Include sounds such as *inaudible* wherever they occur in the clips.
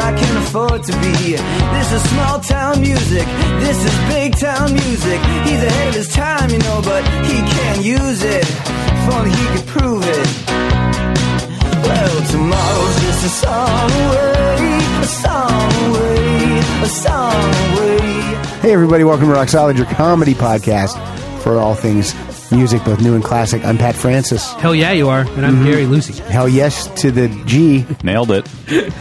afford to be. This is small town music. This is big town music. He's ahead of his time, you know, but he can't use it. If only he could prove it. Well, tomorrow's just a song away, a song away, a song away. Hey, everybody, welcome to Rock Solid, your comedy podcast for all things music, both new and classic. I'm Pat Francis. Hell yeah, you are. And I'm Gary Lucy. *laughs* Hell yes to the G. Nailed it.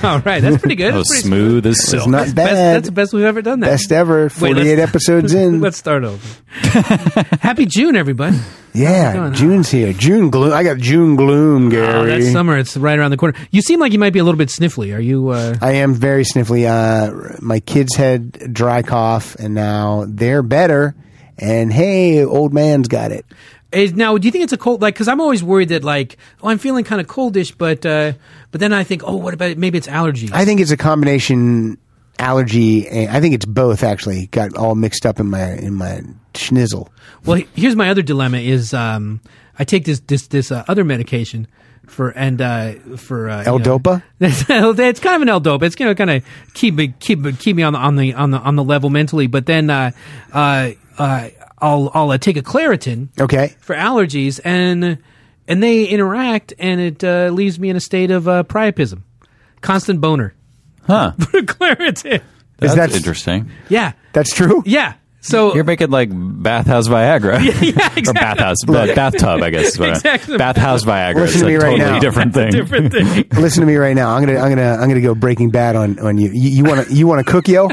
All right, that's pretty *laughs* good. That was that's pretty Oh, smooth as silk. It's not Best, bad. that's the best we've ever done. That Best ever. *laughs* Wait, 48 let's- *laughs* episodes in. Let's start over. *laughs* Happy June, everybody! yeah, June's here. June gloom. I got June gloom, Oh, Gary. that's summer. It's right around the corner. You seem like you might be a little bit sniffly. Are you? Uh, I am very sniffly. Uh, my kids had dry cough, and now they're better. And hey, old man's got it. is, now, do you think it's a cold? Like, because I'm always worried that, like, oh, I'm feeling kind of coldish, but uh, but then I think, oh, what about maybe it's allergies? I think it's a combination allergy. And I think it's both actually. Got all mixed up in my in my schnizzle. Well, he- here's my other dilemma: is um, I take this this this uh, other medication for and uh, for uh, you know- L-Dopa? *laughs* it's kind of an L dopa. It's gonna kind of keep me keep keep me on the on the on the on the level mentally. But then uh, uh, uh, I'll I'll uh, take a Claritin Okay. for allergies, and and they interact, and it uh, leaves me in a state of uh, priapism, constant boner. *laughs* *laughs* Huh. Claritin. That's that- interesting. Yeah, That's true. yeah. So You're making like *laughs* bathhouse Viagra. Yeah, exactly. Or bathhouse. ba- bathtub, I guess. is what I- Exactly. Bathhouse Viagra. Listen it's to a me right totally now. *laughs* different *laughs* thing. different thing. *laughs* Listen to me right now. I'm gonna I'm gonna I'm gonna go Breaking Bad on on you. You want to you want to cook *laughs* yo?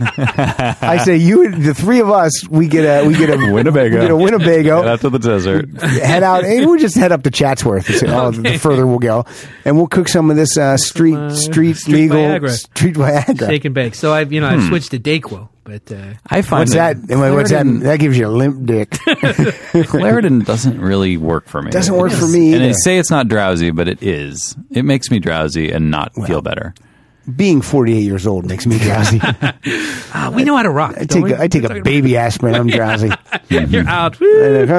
I say you. The three of us we get a we get a *laughs* Winnebago. We get a Winnebago. Head out to the desert. *laughs* head out. and we'll just head up to Chatsworth. It's, oh, the further we'll go, and we'll cook some of this uh, street street, street legal Viagra. street Viagra. Shake and bake. So I've you know I've switched to Dayquil, but uh, I find What's that? that What's that? Claritin- That gives you a limp *laughs* dick. Claritin doesn't really work for me. Doesn't work for It's- me And either. they say it's not drowsy, but it is. It makes me drowsy and not feel better. Being 48 years old makes me *laughs* drowsy. I ah, we know how to rock. don't take we? a, I take a baby aspirin. I'm drowsy. *laughs* You're *laughs* out. Like,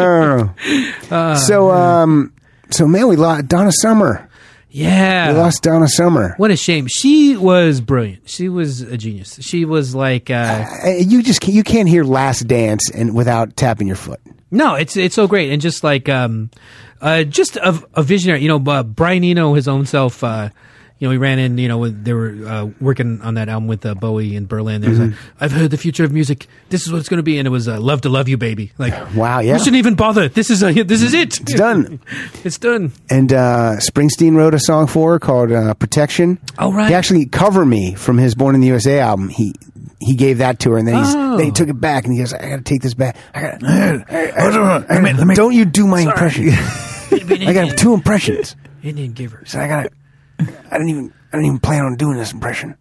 *laughs* oh. so Ah. um, so man, we lost Donna Summer. Yeah. We lost Donna Summer. What a shame. She was brilliant. She was a genius. She was like, *sighs* uh, Uh, You just can't, you can't hear Last Dance and without tapping your foot. no, it's it's so great and just like, um, uh, just a, a visionary. You know, uh, Brian Eno, his own self. Uh, you know, he ran in. You know, when they were uh, working on that album with uh, Bowie in Berlin. There was like, I've heard the future of music. This is what it's going to be, and it was uh, "Love to Love You, Baby." Like, Wow, yeah. you shouldn't even bother. This is uh, this is it. It's done. *laughs* it's done. And uh, Springsteen wrote a song for her called uh, "Protection." Oh, right. He actually cover me from his "Born in the USA" album. He he gave that to her, and then, he's, Oh. then he took it back, and he goes, "I got to take this back. I got. to Don't you do my impression? *laughs* I got two impressions. Indian givers. So I got. to I didn't even. I didn't even plan on doing this impression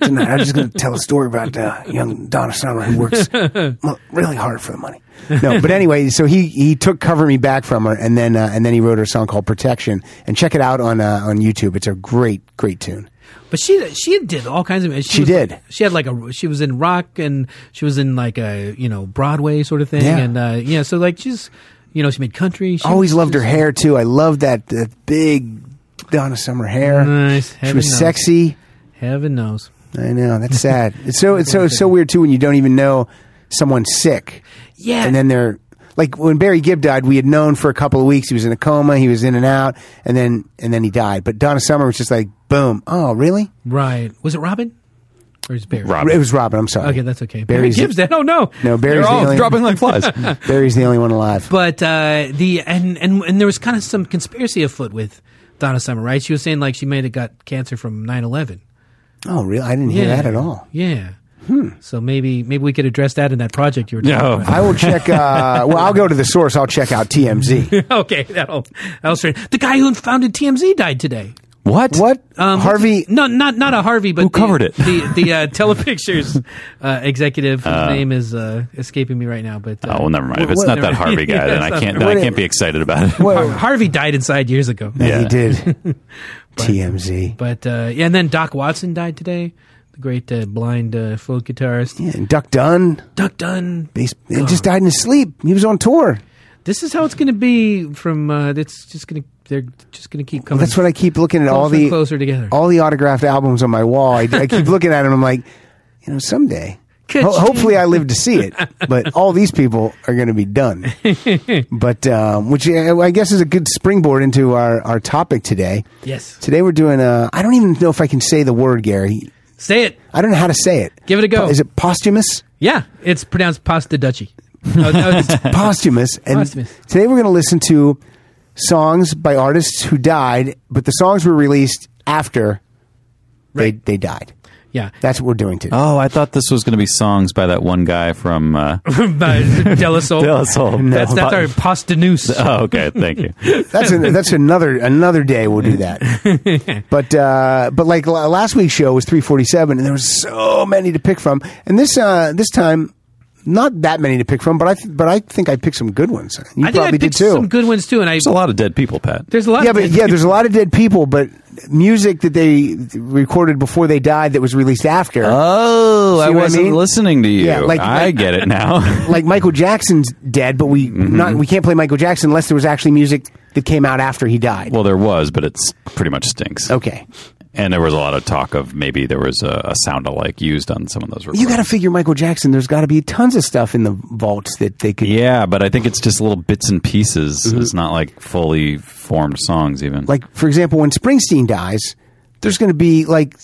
tonight. I'm just going to tell a story about uh, young Donna Summer who *laughs* works mo- really hard for the money. No, but anyway, so he he took "Cover Me" back from her, and then uh, and then he wrote her song called "Protection." And check it out on uh, on YouTube. It's a great great tune. But she she did all kinds of. She, was- did. She had like a. She was in rock and she was in like a you know Broadway sort of thing Yeah. and uh, yeah. So like she's you know she made country. She Always was- loved her hair too. I love that that big Donna Summer hair. Nice. She Heaven was knows. sexy. Heaven knows. I know that's sad. It's so it's so it's so weird too when you don't even know someone's sick. Yeah. and then they're like when Barry Gibb died, we had known for a couple of weeks he was in a coma, he was in and out, and then and then he died. But Donna Summer was just like, boom, oh really? Right. Was it Robin? Or is it Barry? Robin. It was Robin. I'm sorry. Okay, that's okay. Barry's- Barry Gibbs. I don't know. No, Barry's They're the all only Oh, dropping *laughs* like flies. Barry's the only one alive. But uh, the and, and and there was kind of some conspiracy afoot with Donna Summer, right? She was saying like she may have got cancer from 9-11. oh really? I didn't hear that at all. Yeah. So maybe maybe we could address that in that project you were talking about. *laughs* Hmm. no. I will check. Uh, well, I'll go to the source. I'll check out *laughs* TMZ. okay, that'll that'll straight. The guy who founded TMZ died today. What? What? what's Harvey. his- No, not not a Harvey, but Who the- covered it? The the uh, *laughs* Telepictures uh, executive. His name is uh, escaping me right now, but uh, Oh, well, never mind. If it's What- not *laughs* that Harvey guy, then Yeah, I it's can't. not- Then I What- can't be excited about it. Whoa. *laughs* Harvey died inside years ago. Yeah, he Yeah. *laughs* did. TMZ. But uh, yeah, and then Doc Watson died today. The great uh, blind uh, folk guitarist. Yeah, and Duck Dunn. Duck Dunn. He's, he just died in his sleep. He was on tour. This is how it's going to be. From uh, it's just going to they're just going to keep coming. That's what I keep looking at all Closer and the closer together. all the autographed albums on my wall. I, I *laughs* keep looking at them. I'm like, you know, someday. Ka-ching. Ho- hopefully, I live to see it. But all these people are going to be *laughs* done. But um, which uh, I guess is a good springboard into our our topic today. yes. Today we're doing a. I don't even know if I can say the word, Gary. Say it. I don't know how to say it. Give it a go. Is it posthumous? Yeah, it's pronounced pasta duchy. No, no, it's- *laughs* posthumous. And Posthumous. today we're going to listen to songs by artists who died, but the songs were released after Right. they, they died. yeah, *laughs* That's what we're doing today. Oh, I thought this was going to be songs by that one guy from uh, *laughs* but Della Soul. Del Sol. That's not our pasta noose. Uh, Oh, okay. Thank you. That's an, that's another another day we'll do that. *laughs* but uh, but like la- last week's show was 347, and there was so many to pick from. And this uh, this time, not that many to pick from, but I th- but I think I picked some good ones. You I think I probably picked did too. some good ones too, and I There's a lot of dead people, Pat. there's a lot. yeah, of but yeah, there's a lot of dead people, but music that they recorded before they died that was released after. Oh, See I what I wasn't mean? listening to you. Yeah, like- I like- get it now. *laughs* like Michael Jackson's dead, but we Mm-hmm. not we can't play Michael Jackson unless there was actually music that came out after he died. well, there was, but it's pretty much stinks. okay, And there was a lot of talk of maybe there was a, a sound alike used on some of those. you got to recordings. figure Michael Jackson. There's got to be tons of stuff in the vaults that they could Yeah, but I think it's just little bits and pieces. It's not like fully formed songs, even. Mm-hmm. like. For example, when Springsteen dies, there's going to be like.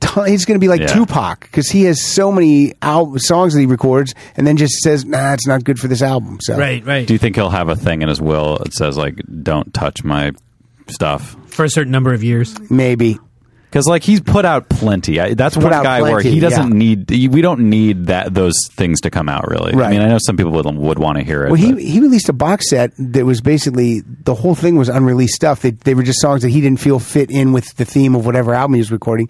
ton- He's going to be like Yeah. Tupac because he has so many al- songs that he records, and then just says, "Nah, it's not good for this album." So, right, right. do you think he'll have a thing in his will that says like, "Don't touch my stuff"? For a certain number of years, maybe Because like he's put out plenty. I, that's one out guy where plenty, he doesn't yeah. need. he- We don't need that those things to come out really. I Right. mean, I know some people would would want to hear it. Well, but- he, he released a box set that was basically the whole thing was unreleased stuff. They, they were just songs that he didn't feel fit in with the theme of whatever album he was recording.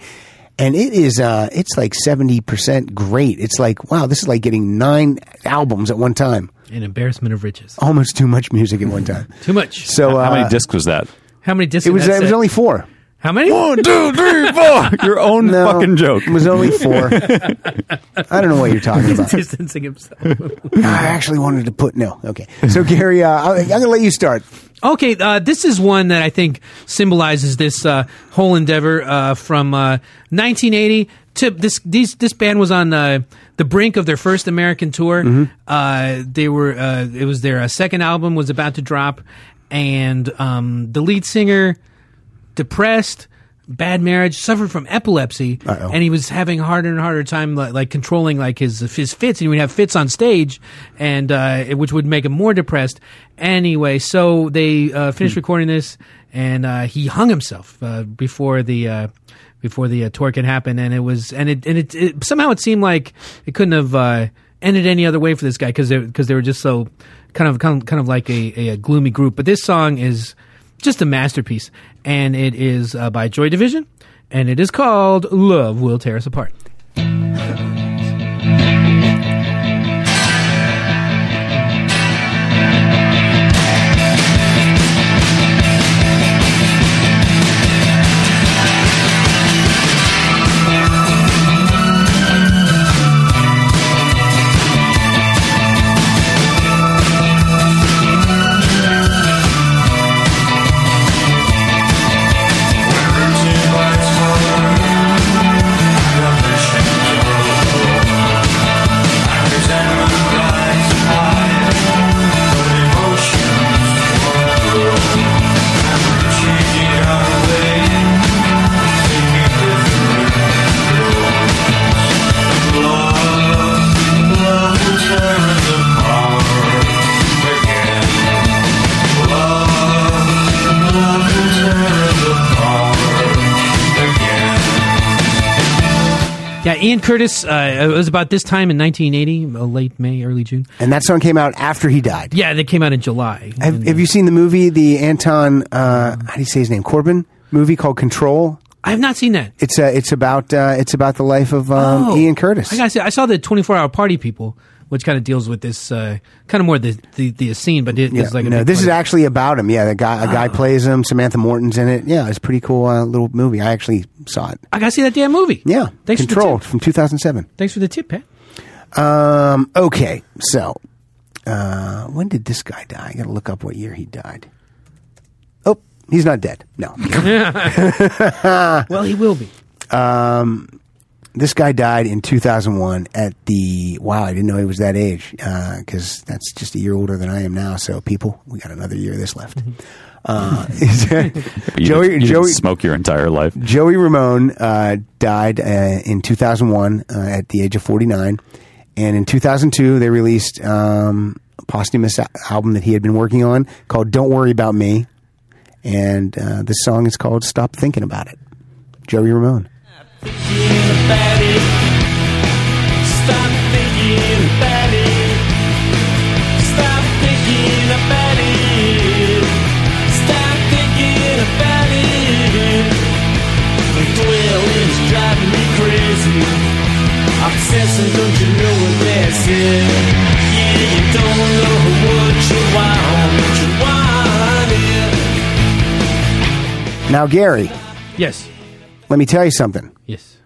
And it is, uh, it's like 70% great. It's like, wow, this is like getting nine albums at one time. an embarrassment of riches. Almost too much music at one time. Too much. So, how, uh, many discs was that? How many discs? it was, uh, in that it was set? only four. how *laughs* many? *laughs* One, two, three, four. *laughs* Your own No, fucking joke. It was *laughs* only four. I don't know what you're talking about. Distancing himself. I actually wanted to put, no. Okay. So, Gary, uh, I, I'm going to let you start. Okay, uh, this is one that I think symbolizes this uh, whole endeavor uh, from uh, 1980 to this. These this band was on uh, the brink of their first American tour. Uh, they were uh, it was their uh, second album was about to drop, and um, the lead singer depressed, bad marriage, suffered from epilepsy, Uh-oh. and he was having harder and harder time like, like controlling like his his fits, and he would have fits on stage, and uh, it- which would make him more depressed. Anyway, so they uh, finished recording this, and uh, he hung himself uh, before the. Uh, before the uh, tour could happen, and it was, and it, and it, it somehow it seemed like it couldn't have uh, ended any other way for this guy because they because they were just so kind of kind of, kind of like a, a, a gloomy group. But this song is just a masterpiece, and it is uh, by Joy Division, and it is called "Love Will Tear Us Apart." Yeah, Ian Curtis. Uh, it was about this time in 1980, uh, late May, early June. And that song came out after he died. Yeah, that came out in July. Have, have you seen the movie, the Anton, uh, how do you say his name? Corbin movie called Control. I have not seen that. It's uh, it's about uh, it's about the life of um, Oh. Ian Curtis. I gotta say, I saw the 24 Hour Party People, which kind of deals with this, uh, kind of more the the, the scene, but it, yeah, it's like a no, big Ah. this is part. actually about him. Yeah, the guy a guy plays him. Samantha Morton's in it. Yeah, it's a pretty cool uh, little movie. I actually saw it. I gotta see that damn movie. Yeah, thanks Control for the tip. from 2007. Thanks for the tip, Pat. Um, okay, so Uh, when did this guy die? I got to look up what year he died. Oh, he's not dead. No. Well, he will be. this guy died in 2001 at the. Wow, I didn't know he was that age because that's just a year older than I am now. So, people, we got another year of this left. Uh, *laughs* You Joey, didn't- you didn't Joey, smoke your entire life. Joey Ramone uh, died uh, in 2001 uh, at the age of 49. And in 2002, they released um, a posthumous al- album that he had been working on called Don't Worry About Me. And uh, this song is called Stop Thinking About It. Joey Ramone. about it. Stop thinking about it. Stop thinking about it. Stop thinking about it. The dwelling's driving me crazy. Obsessing, don't you know what that's it? Yeah, you don't know what you want. What you want it. Now, Gary, Yes. let me tell you something. Yes.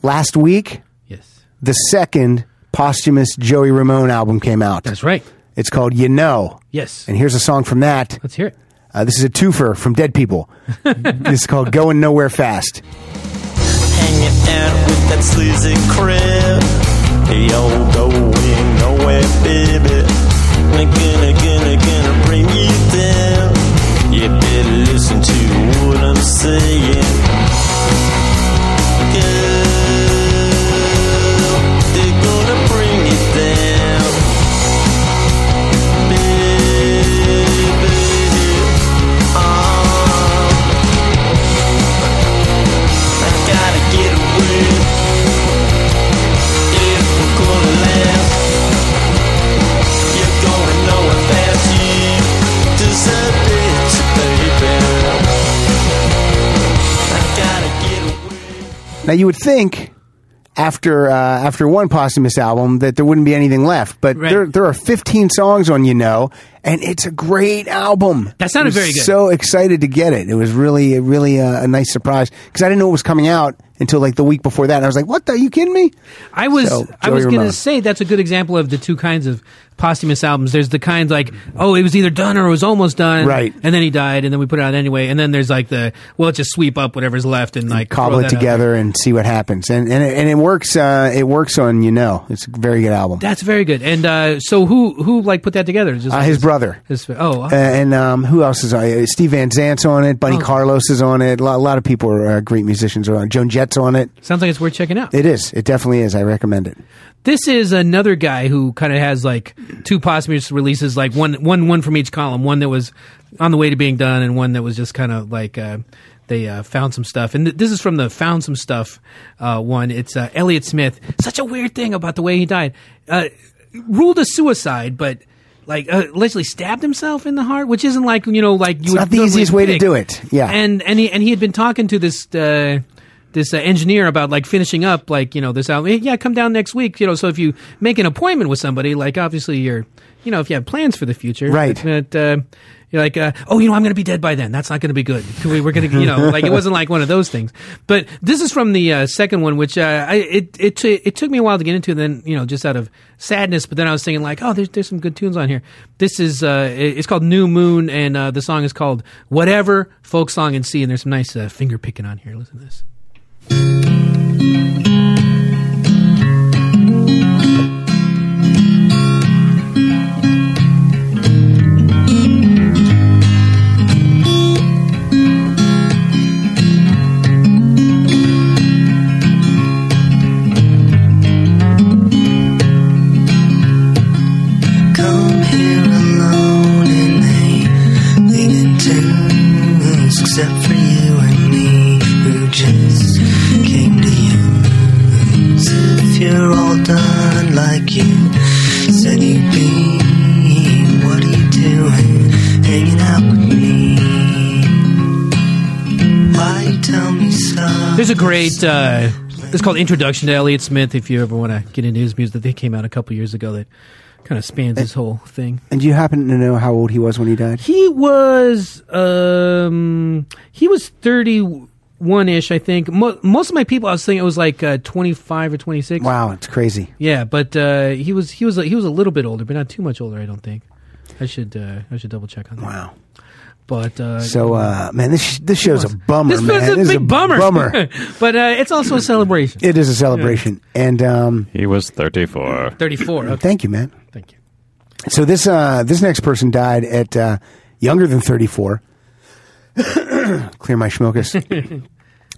Last week, Yes. the second posthumous Joey Ramone album came out. That's right. It's called You Know. Yes. And here's a song from that. Let's hear it. Uh, this is a twofer from Dead *laughs* People. this is called Going Nowhere Fast. hanging out with that sleazy crib. Yo, going nowhere, baby. I'm gonna, gonna, gonna bring you down. You better listen to what I'm saying. Girl, they're gonna bring you down. Baby, oh. I gotta get away. If we're gonna last, you're gonna know how fast you deserve it, baby. I gotta get away. Now you would think after uh, after one posthumous album that there wouldn't be anything left, but Right. there there are 15 songs on you know, and it's a great album. That I sounded was very good. So excited to get it. It was really really uh, a nice surprise because I didn't know it was coming out until like the week before that. And I was like, "What? the- Are you kidding me?" I was So, I was Joey going Ramone. to say that's a good example of the two kinds of posthumous albums. There's the kind like oh it was either done or it was almost done, Right. And then he died, and then we put it out anyway. And then there's like the well let's just sweep up whatever's left and like Cobble throw it that out there. together and see what happens. And and it, and it works. Uh, it works on you know. It's a very good album. That's very good. And uh, so who who like put that together? Just Uh, his brother. his- oh Uh, and um, who else is on it? Steve Van Zandt's on it. Bunny Oh. Carlos is on it. A lot, a lot of people are uh, great musicians are on. it. Joan Jett's on it. sounds like it's worth checking out. It is. It definitely is. I recommend it. This is another guy who kind of has like two posthumous releases, like one, one, one from each column. One that was on the way to being done, and one that was just kind of like uh, they uh, found some stuff. And th- this is from the found some stuff uh, one. It's uh, Elliot Smith. Such a weird thing about the way he died. Uh, ruled a suicide, but like uh, allegedly stabbed himself in the heart, which isn't like you know like you would not the normally easiest way to pick. do it. Yeah. and and he and he had been talking to this. Uh, this uh, engineer about like finishing up like you know this album Hey, yeah come down next week you know so if you make an appointment with somebody like obviously you're you know if you have plans for the future Right. but, but, uh, you're like uh, oh you know i'm gonna be dead by then that's not gonna be good *laughs* we, we're gonna you know like it wasn't like one of those things but this is from the uh, second one which uh, I, it it, t- it took me a while to get into then you know just out of sadness but then i was thinking like oh there's, there's some good tunes on here this is uh, it- it's called new moon and uh, the song is called whatever folk song and sea and there's some nice uh, finger picking on here listen to this Come here alone and they lead into us, except for you and me, who just came to you. As if you're all done like you said you'd be. What are you doing, hanging out with me? Why you tell me so? There's a great. Uh, it's called Introduction to Elliott Smith. If you ever want to get into his music, that they came out a couple years ago. That kind of spans his whole thing. And do you happen to know how old he was when he died? He was. Um, he was thirty. one ish, I think. Mo- most of my people, I was thinking it was like uh, twenty five or twenty six. Wow, it's crazy. Yeah, but uh, he was he was he was a little bit older, but not too much older. I don't think. I should uh, I should double check on that. Wow. But uh, So, uh, man, this this show's a bummer, this man. was a This is big bummer. *laughs* bummer. but uh, it's also a celebration. it is a celebration, and um, He was 34. Thirty four. Okay. thank you, man. Thank you. So this uh, this next person died at uh, younger than thirty four. *coughs* Clear my schmokus.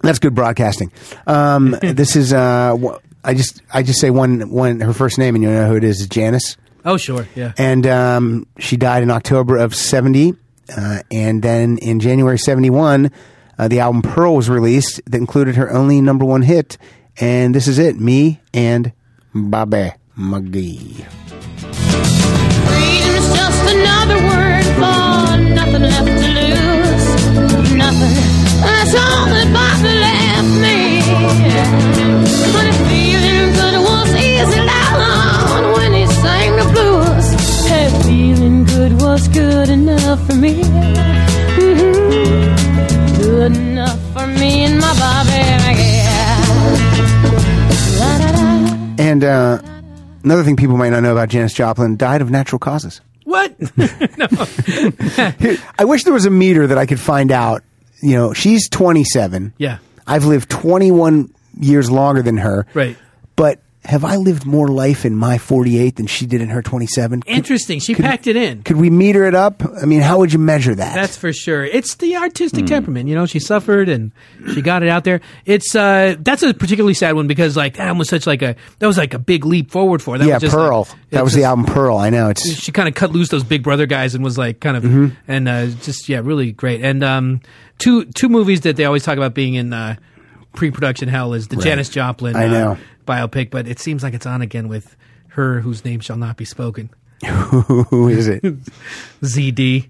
That's good broadcasting. Um, this is uh, wh- I just I just say one one her first name and you know who it is is Janice Oh sure. Yeah. and um, she died in October of seventy uh, and then in January seventy one uh, the album Pearl was released that included her only number one hit and this is it me and Bobby McGee. Freedom's just another word for nothing left to lose. Nothing. That's all that Bobby left me. But the feeling good was easy down when he sang the blues. Hey, feeling good was good enough for me. hmm Good enough for me and my Bobby. Yeah. La-da-da. And uh, another thing people might not know about Janis Joplin died of natural causes. What? *laughs* Here, I wish there was a meter that I could find out. You know, she's 27. yeah. I've lived 21 years longer than her. Right. But have I lived more life in my 48 than she did in her 27? Could, Interesting. She packed it in. could we meter it up? I mean, how would you measure that? That's for sure. It's the artistic Hmm. temperament, you know. She suffered and she got it out there. It's uh, that's a particularly sad one because like that one was such like a that was like a big leap forward for her. That yeah, was just Pearl. like- that it's was the just- album Pearl. I know. *laughs* It's *laughs* She kind of cut loose those Big Brother guys and was like kind of Mm-hmm. and uh, just yeah, really great. And um, two two movies that they always talk about being in uh, pre production hell is the Janis Joplin I uh, know. biopic, but it seems like it's on again with her whose name shall not be spoken. who is it? *laughs* ZD.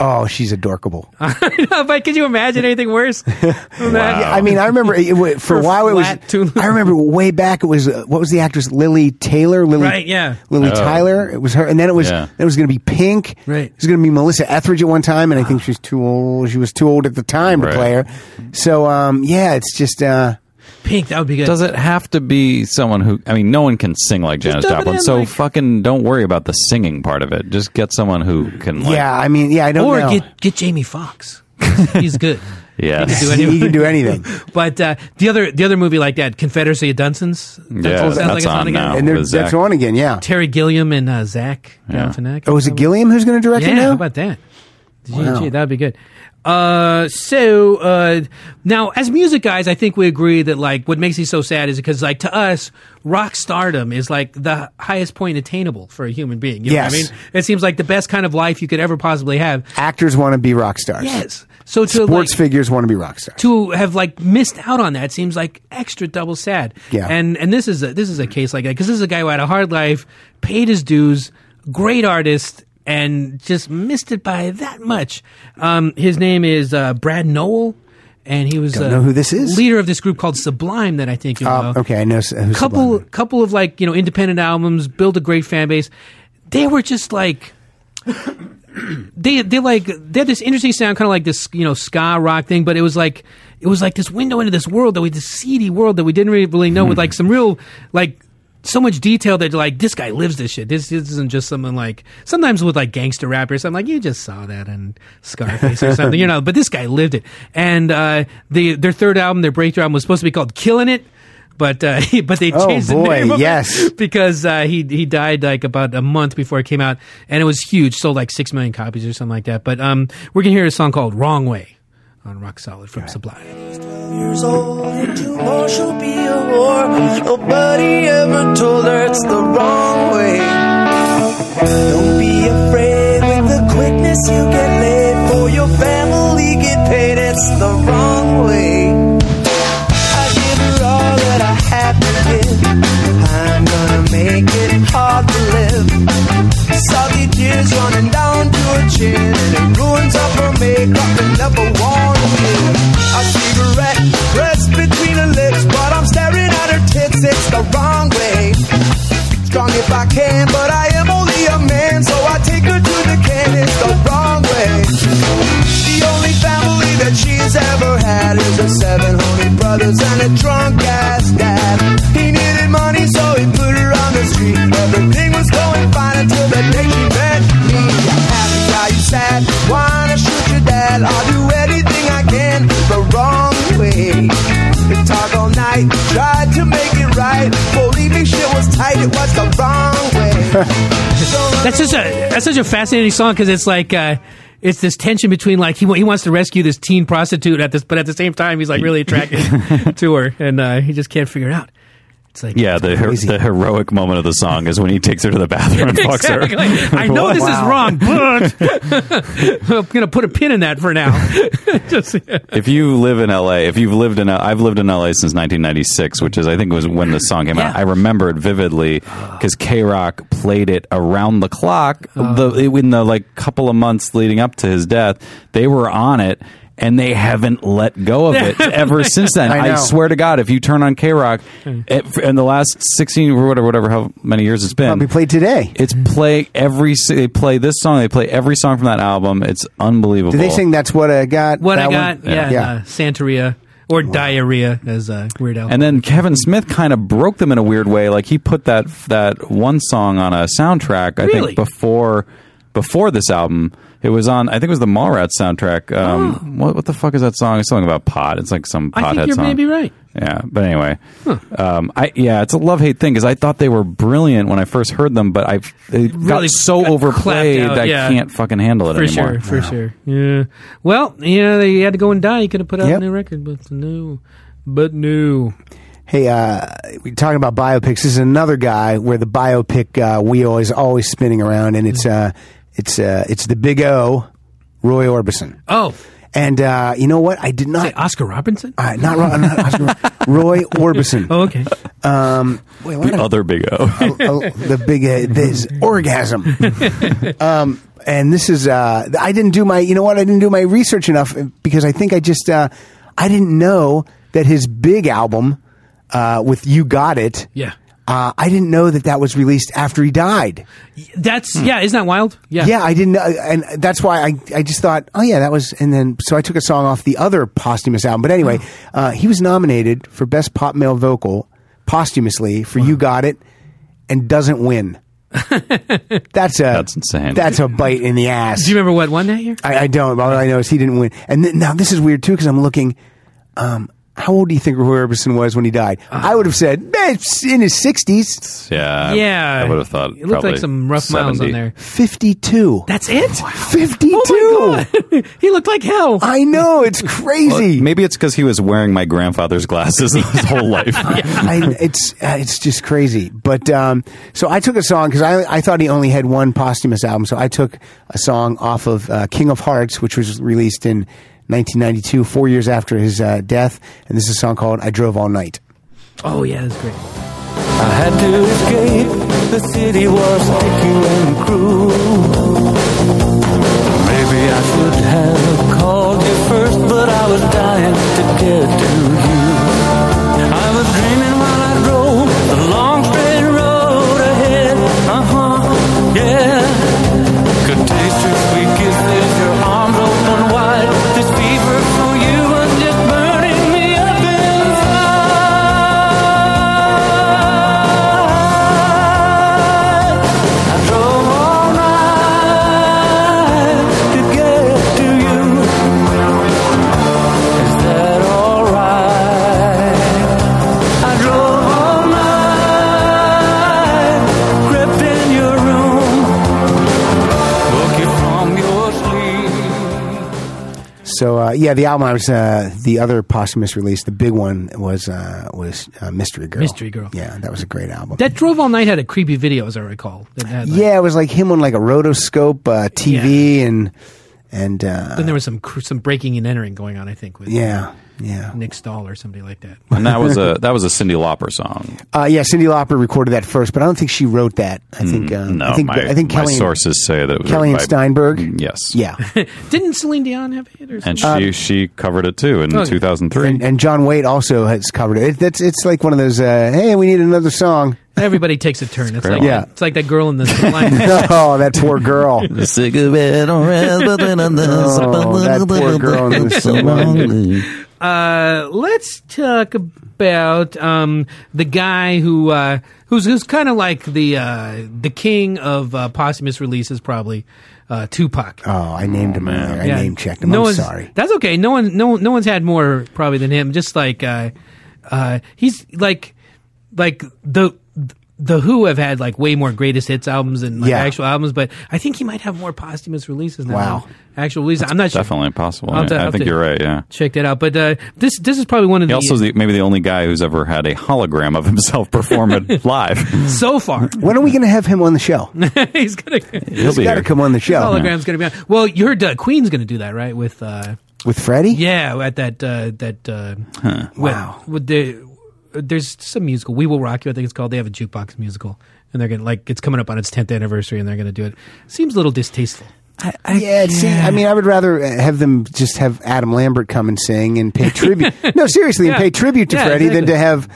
Oh, she's adorkable. but could you imagine anything worse? than *laughs* that? Yeah, I mean, I remember it, it, for a Her while it was. flat tune. I remember way back it was uh, what was the actress Lily Taylor? Lily, Right, yeah. Lily Oh. Tyler. It was her, and then it was Yeah. then it was going to be Pink. Right. it was going to be Melissa Etheridge at one time, and I think she's too old. She was too old at the time to Right. play her. So um, yeah, it's just uh, Pink, that would be good. Does it have to be someone who? I mean, no one can sing like Janis dub it Joplin, in so like- fucking don't worry about the singing part of it. Just get someone who can. Like, yeah. I mean, yeah, I don't or know. get get Jamie Foxx. *laughs* He's good. Yes. He *laughs* can do he, can anything. *laughs* do anything, But uh, the other the other movie like that, Confederacy of Dunsons. Yeah, sounds that's like it's on, on again. now. and they're, With Zach. that's on again. Yeah. Terry Gilliam and uh, Zach Yeah. Galifianakis. Oh, is it Gilliam who's going to direct Yeah, it now? how about that? Gee, gee, that'd be good. Uh, so uh, now, as music guys, I think we agree that like what makes these so sad is because like to us, rock stardom is like the highest point attainable for a human being. You know what I Yes. mean, it seems like the best kind of life you could ever possibly have. Actors want to be rock stars. Yes. So to Sports like, figures want to be rock stars. to have like missed out on that seems like extra double sad. Yeah. And and this is a, this is a case like that because this is a guy who had a hard life, paid his dues, great artist, and just missed it by that much. Um, his name is uh, Brad Noel, and he was Don't uh, know who this is. Leader of this group called Sublime that I think you Um, know. okay, I know s- who's Couple Sublime. couple of like you know independent albums, built a great fan base. They were just like they they like they had this interesting sound, kind of like this you know ska rock thing, but it was like it was like this window into this world that we this seedy world that we didn't really, really know with Hmm. like some real like so much detail that like this guy lives this shit. This, this isn't just someone like sometimes with like gangster rappers. I'm like you just saw that in Scarface or something, you know. But this guy lived it, and uh, the their third album, their breakthrough album, was supposed to be called "Killing It." But uh, *laughs* but they Oh, changed boy, the name of it yes. because uh, he he died like about a month before it came out, and it was huge, sold like six million copies or something like that. But um, we're gonna hear a song called "Wrong Way" on Rock Solid from Sublime. years old and tomorrow she'll be a whore. Nobody ever told her it's the wrong way. Don't be afraid with the quickness you get laid for your family get paid. It's the wrong way. I give her all that I have to give. I'm gonna make it hard to live. Salty tears running down to her chin And it ruins up her makeup and never worn it A cigarette pressed between her lips But I'm staring at her tits, it's the wrong way Strong if I can, but I am only a man So I take her to the can, it's the wrong way right. Believe me, shit was tight. It was the wrong *laughs* way. That's just a that's such a fascinating song because it's like uh, it's this tension between like he wa- he wants to rescue this teen prostitute at this, but at the same time he's like really *laughs* attracted to her, and uh, he just can't figure it out. It's like Yeah, the, her- the heroic moment of the song is when he takes her to the *laughs* bathroom and fucks *laughs* her. Exactly. I know this is Wow. wrong, *laughs* but *laughs* I'm gonna put a pin in that for now. Just- If you live in LA, if you've lived in, I've lived in LA since 1996, which is I think was when the song came out. Yeah. I remember it vividly Ah. because K Rock played it around the clock. the in the like couple of months leading up to his death, they were on it. And they haven't let go *laughs* of it ever since then. I I, know. Hmm. swear to God, if you turn on K Rock, in the last sixteen or whatever, whatever, how many years it's been, I'll be Um, played today. it's play every. si- They play this song. They play every song from that album. It's unbelievable. Did they sing "That's What I Got"? what I that got, one? yeah, yeah. Uh, Santeria or diarrhea as uh, Weird Al. And then Kevin Smith kind of broke them in a weird way. Like he put that that one song on a soundtrack. I Really? think before before this album, it was on. I think it was the Mallrats soundtrack. Um, what, what the fuck is that song? It's something about pot. It's like some pothead Oh. I think you're song. maybe right. Yeah, but anyway, um, I yeah, it's a love hate thing because I thought they were brilliant when I first heard them, but I they Really got so got overplayed clapped out, I yeah. can't fucking handle it For sure, anymore. for sure. Yeah. Well, you know, they had to go and die. He could have put out Yep. a new record, but no. But no. Hey, uh, we're talking about biopics. This is another guy where the biopic uh, wheel is always spinning around, and it's uh, it's uh, it's the Big O, Roy Orbison. Oh, And uh, you know what? I did not. Oscar Robinson? Uh, not Ro- not *laughs* Oscar- Roy Orbison. Oh, okay. Um, wait, why did The I- other big O. *laughs* oh, the big uh, this orgasm. Um, and this is uh, I didn't do my you know what I didn't do my research enough uh, because I think I just uh, I didn't know that his big album uh, with You Got It. Yeah. Uh, I didn't know that that was released after he died. That's, yeah, isn't that wild? Yeah. Yeah, I didn't know, and that's why I, I just thought, oh yeah, that was, and then so I took a song off the other posthumous album. But anyway, Oh. uh, he was nominated for best pop male vocal posthumously for "You Got It," and doesn't *laughs* win. that's a That's insane. That's a bite in the ass. Do you remember what won that year? I, I don't. All I know is he didn't win. And th- now this is weird too because I'm looking. Um, how old do you think Roy Orbison was when he died? Uh. I would have said eh, it's in his sixties, Yeah, yeah. I would have thought It looked like probably some rough miles on 70. there. fifty-two. That's it? fifty-two. Oh, my God. *laughs* he looked like hell. I know *laughs* it's crazy. Well, maybe it's because he was wearing my grandfather's glasses *laughs* his whole *laughs* life. I, it's uh, it's just crazy. But um, so I took a song because I I thought he only had one posthumous album. So I took a song off of uh, King of Hearts, which was released in 1992, four years after his uh, death. And this is a song called "I Drove All Night." Oh, yeah, that's great. I had to escape. The city was sticky and cruel. Maybe I should have called you first, but I was dying to get to you. I was dreaming while I drove the long straight road ahead. Uh huh, yeah. Could taste your sweet kisses, your arms open wide. This fever for you was just burning me up inside. I drove all night to get to you. Is that alright? I drove all night, crept in your room. Woke you from your sleep. So uh, yeah, the album I was uh, the other posthumous release, the big one was uh, was uh, Mystery Girl. Mystery Girl. Yeah, that was a great album. That Drove All Night had a creepy video, as I recall. That had, like- yeah, it was like him on like a rotoscope uh, TV and and Then uh, there was some cr- some breaking and entering going on, I think, with yeah yeah. Nick Stahl or somebody like that. and that was a that was a Cindy Lauper song. Uh, yeah, Cindy Lauper recorded that first, but I don't think she wrote that. I think uh, Mm, No, I think my, I think my Kelly and- sources say that it was Kelly and by- Steinberg? Yes. Yeah, Um, Didn't Celine Dion have a hit or something? And she she covered it too in Oh, 2003. and, and John Waite also has covered it. it that's it's like one of those. Uh, hey, we need another song. *laughs* Everybody takes a turn. It's like Yeah. it's like that girl *laughs* in the line. oh, that poor girl. Cigarette or red, but then I'm *laughs* Oh, that poor girl *laughs* in the salon. uh, let's talk about um, the guy who uh, who's who's kind of like the uh, the king of uh, posthumous releases, probably uh, Tupac. Oh, I named him. earlier. I Yeah. name checked him. No I'm one's- sorry. That's okay. No one, no, no one's had more probably than him. Just like uh, uh, he's like like the the Who have had like way more greatest hits albums and like Yeah. actual albums, but I think he might have more posthumous releases now. Wow. than Actual releases. I'm not sure. Definitely possible. I'll I have to- I'll have think to- you're right. Yeah. Check that out. But uh, this this is probably one of He the also is the, maybe the only guy who's ever had a hologram of *laughs* himself perform it live. so far *laughs* When are we going to have him on the show? he's gonna He'll He's be got to here. come on the show hologram's gonna be on. Well, you heard uh, Queen's gonna do that right with uh, with Freddie. yeah at that uh, that uh, with- Wow. with the there's some musical We Will Rock You I think it's called. They have a jukebox musical and they're gonna like it's coming up on its 10th anniversary and they're gonna do it. Seems a little distasteful. Yeah, see, I mean, I would rather uh, have them just have Adam Lambert come and sing and *laughs* pay tribute. no, seriously, Yeah. and pay tribute to Yeah, Freddie than exactly. to have,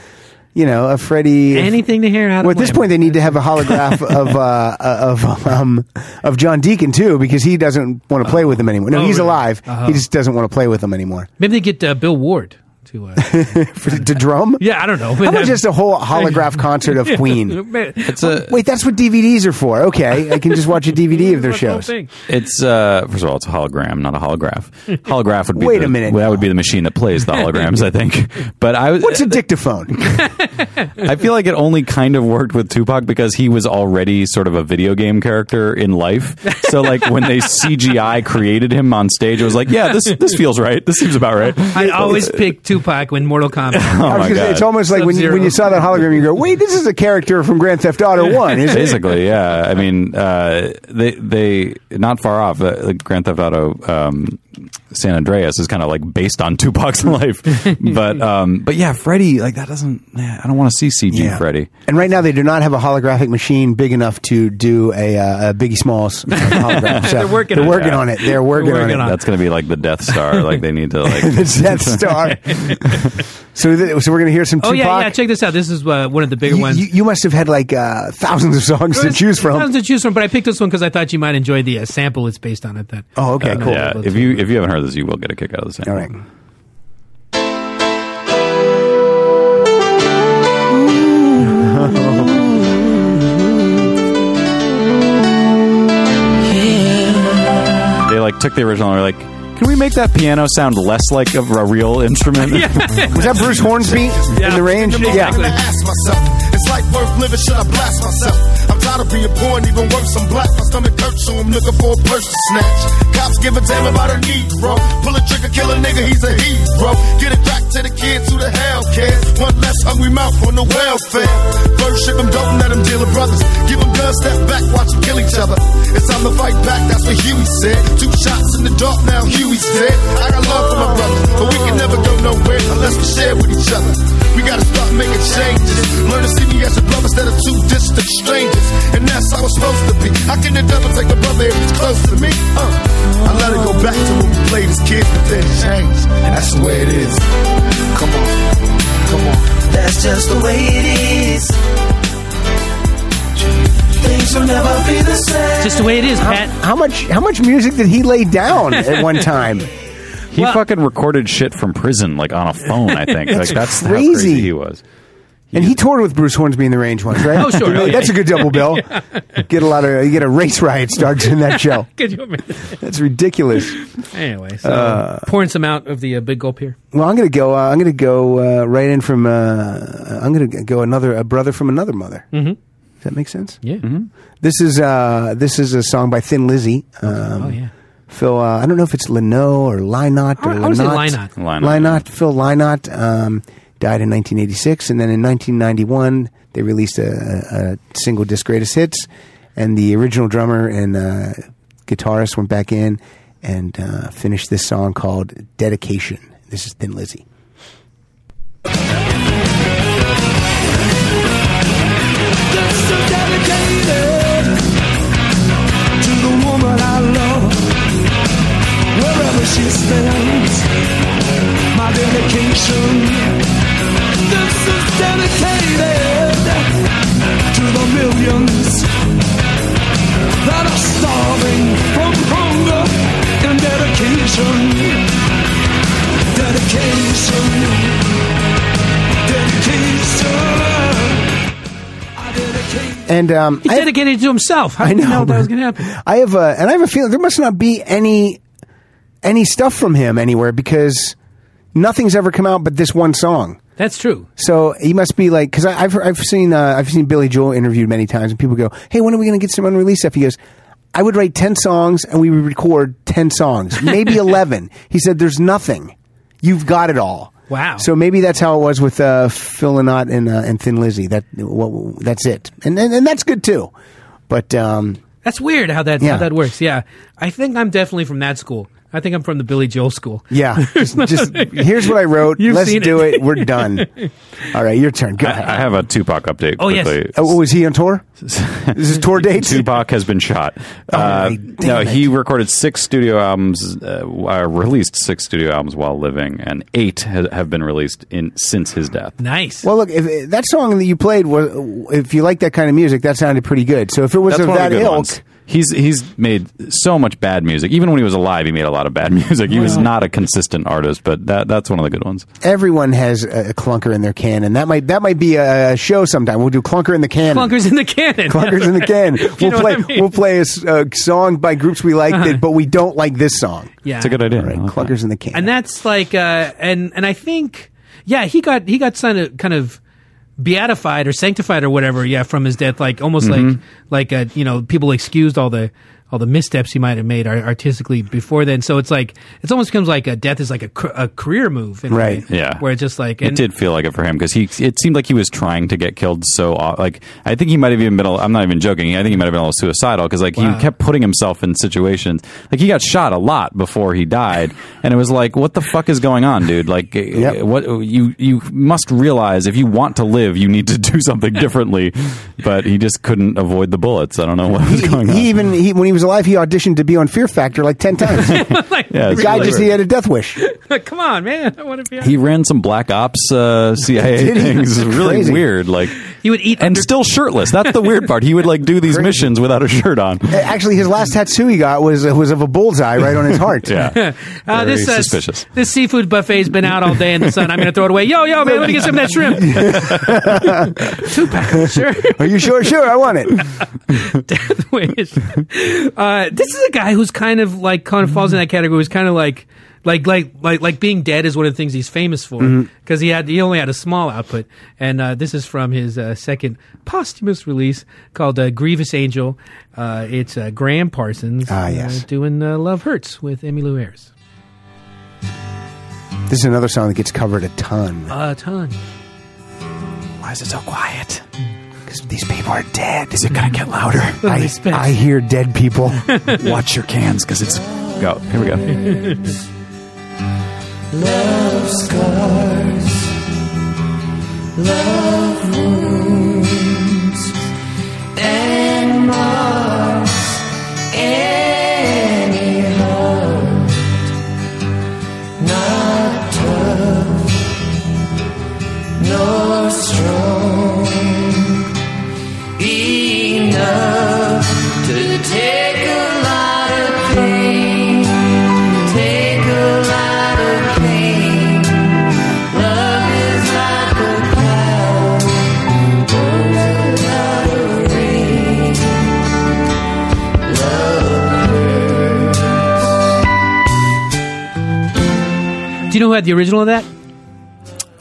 you know, a Freddie. Anything to hear out Well, at this point, they need to have a *laughs* holograph of uh, of um, of John Deacon too, because he doesn't want to play with him anymore. No, Oh, he's really? alive. Uh-huh. He just doesn't want to play with him *laughs* anymore. maybe they get uh, Bill Ward to uh, *laughs* For, to drum? yeah I don't know. How about just a whole holograph concert *laughs* of Queen? It's a, Wait, that's what DVDs are for. Okay, I can just watch a DVD of *laughs* their shows. It's uh, first of all, it's a hologram, not *laughs* a holograph. Holograph would be Wait the, a minute. That would be the machine that plays the holograms, I think. But I was. What's a *laughs* dictaphone? *laughs* I feel like it only kind of worked with Tupac because he was already sort of a video game character in life. So like when they CGI created him on stage, it was like, yeah, this this feels right. This seems about right. I always pick Tupac when *laughs* Mortal Kombat. I Oh was my gonna say, god! It's almost like when you, Sub-Zero. when you saw that hologram, you go, "Wait, this is a character from Grand Theft Auto One, *laughs* isn't it?" Basically, yeah. I mean, uh, they they not far off. Uh, like Grand Theft Auto um, San Andreas is kind of like based on Tupac's *laughs* life, but um, but yeah, Freddy like that doesn't. Yeah, I don't want to see CG Freddy. And right now, they do not have a holographic machine big enough to do a, uh, a Biggie Smalls hologram. So They're working they're on it. working on it. They're working, *laughs* working on it. on it. That's gonna be like the Death Star. like they need *laughs* to like. It's that star. so, th- so we're gonna hear some Oh Tupac. yeah, yeah. Check this out. This is uh, one of the bigger you, ones. you, you must have had like uh, thousands of songs to There's choose from. thousands to choose from, but I picked this one because I thought you might enjoy the uh, sample it's based on. It that Oh, okay, cool. Uh, Yeah, if you if you haven't heard this, you will get a kick out of this. All right. They like took the original and were like, can we make that piano sound less like a, a real *laughs* instrument? Was that Bruce Hornsby in the range? Exactly. Yeah. I ask myself, is life worth living? Should I blast myself? I'm tired of being poor and even worse, I'm black. My stomach hurts, so I'm looking for a purse to snatch. Cops give a damn about a Negro. Pull a trigger, kill a nigga, he's a hero. Get it back to the kids who the hell cares. One less hungry mouth on the welfare. First ship them, don't let them deal with brothers. Give them guns, step back, watch them kill each other. It's time to fight back, that's what Huey said. Two shots in the dark, now Huey's dead. I got love for my brother, but we can never go nowhere unless we share with each other. We gotta start making changes. Learn to see me as a brother instead of two distant strangers. And that's how it's supposed to be. How can the devil take a brother if it's close to me? Uh, I let it go back to when we played as kids, but then change. That's the way it is. Come on, come on. That's just the way it is. Things will never be the same. Just the way it is, *laughs* Pat. How much? How much music did he lay down at one time? *laughs* He Well- fucking recorded shit from prison, like on a phone. *laughs* I think like that's crazy. how crazy he was. And he toured with Bruce Hornsby in the range once, right? *laughs* Oh, *laughs* sure. You know, Oh, yeah. That's a good double *laughs* bill. Get a lot of you get a race riot starts in that show. Could you imagine? That's ridiculous. Anyway, so pouring some out of the uh, big gulp here. Well, I'm gonna go. Uh, I'm gonna go uh, right in from. Uh, I'm gonna go another a brother from another mother. Mm-hmm. Does that make sense? Yeah. This is uh, this is a song by Thin Lizzy. Um, Oh yeah. Phil, uh, I don't know if it's Leno or Lynott or I- I would say Lynott. Lynott. Lynott. Lynott. Phil Lynott um, died in 1986, and then in 1991 they released a, a, a single disc, Greatest Hits, and the original drummer and uh, guitarist went back in and uh, finished this song called Dedication. This is Thin Lizzy. Just so dedicated to the woman I love. Wherever she stands, my dedication. This is dedicated to the millions that are starving from hunger and dedication. Dedication. Dedication. And um, He I, have, dedicated it to himself. How I did you know. know that was going to happen? I have a and I have a feeling there must not be any any stuff from him anywhere because nothing's ever come out but this one song. That's true. So he must be like, because I've heard- I've seen uh, I've seen Billy Joel interviewed many times, and people go, "Hey, when are we going to get some unreleased stuff?" He goes, "I would write ten songs, and we would record ten songs, *laughs* maybe eleven. He said, "There's nothing. You've got it all." Wow. So maybe that's how it was with uh, Phil Lynott and uh, and Thin Lizzy. That well, that's it, and, and and that's good too. But um, That's weird how that Yeah. how that works. Yeah, I think I'm definitely from that school. I think I'm from the Billy Joel school. *laughs* yeah, just, just here's what I wrote. You've Let's seen do it. Uh, We're *laughs* done. All right, your turn. Go I, ahead. I have a Tupac update. Oh, yes. quickly. Oh, was he on tour? Is this *laughs* tour dates? Tupac has been shot. Oh, Uh, my no, damn he it. recorded six studio albums, uh, uh, released six studio albums while living, and eight ha- have been released in since his death. Nice. Well, look, if, if that song that you played was, if you like that kind of music, that sounded pretty good. So if it was That's of one of that the good ilk, ones. He's he's made so much bad music. Even when he was alive, he made a lot of bad *laughs* music. He was not a consistent artist, but that that's one of the good ones. everyone has a, a clunker in their can, and that might that might be a, a show sometime. We'll do clunker in the can. clunkers in the cannon. Clunkers in the *laughs* can. You We'll know play. what I mean? We'll play a, s- a song by groups we like, that, but we don't like this song. yeah. It's a good idea. All right, I like that. clunkers in the can. and that's like uh and and i think yeah he got he got kind of kind of beatified or sanctified or whatever yeah from his death like almost Mm-hmm. like like uh you know people excused all the all the missteps he might have made ar- artistically before then so it's like it's almost becomes like a death is like a, ca- a career move in a Right. way, Yeah. where it's just like it did feel like it for him because he. It seemed like he was trying to get killed. So uh, like I think he might have even been. a- I'm not even joking. I think he might have been a little suicidal because like Wow. he kept putting himself in situations. Like he got shot a lot before he died, *laughs* and it was like, what the fuck is going on, dude? Like Yep. uh what you you must realize if you want to live, you need to *laughs* do *laughs* something differently. but he just couldn't avoid the bullets. I don't know what was he, going on. he even he, when he was alive, he auditioned to be on Fear Factor like ten *laughs* times. the *laughs* like Yeah, it's guy really just he had a death wish. *laughs* come on man i want to be he ran some black *laughs* ops uh, CIA Did he? things. It was really Crazy. weird. Like He would eat and under- still shirtless. That's the weird part. He would like do these missions without a *laughs* shirt on. Actually, his last tattoo he got was uh, was of a bullseye right on his heart. *laughs* Yeah, Uh, Very this, uh, suspicious. this seafood buffet's been out all day in the sun. I'm going to throw it away. Yo, yo, man, let me get some of that shrimp. Two pack, sure. Are you sure? Sure, I want it. Death Wish. *laughs* Uh, this is a guy who's kind of like kind of falls in that category. Who's kind of like like like like like being dead is one of the things he's famous for Mm-hmm. because he had he only had a small output. And uh, this is from his uh, second posthumous release called uh, Grievous Angel. Uh, it's uh, Graham Parsons Ah, yes. uh, doing uh, Love Hurts with Emmylou Harris. This is another song that gets covered a ton A ton. Why is it so quiet? because these people are dead. Is it gonna get louder? *laughs* I, respect. I hear dead people. *laughs* Watch your cans because it's go. Here we go. Do you know who had the original of that?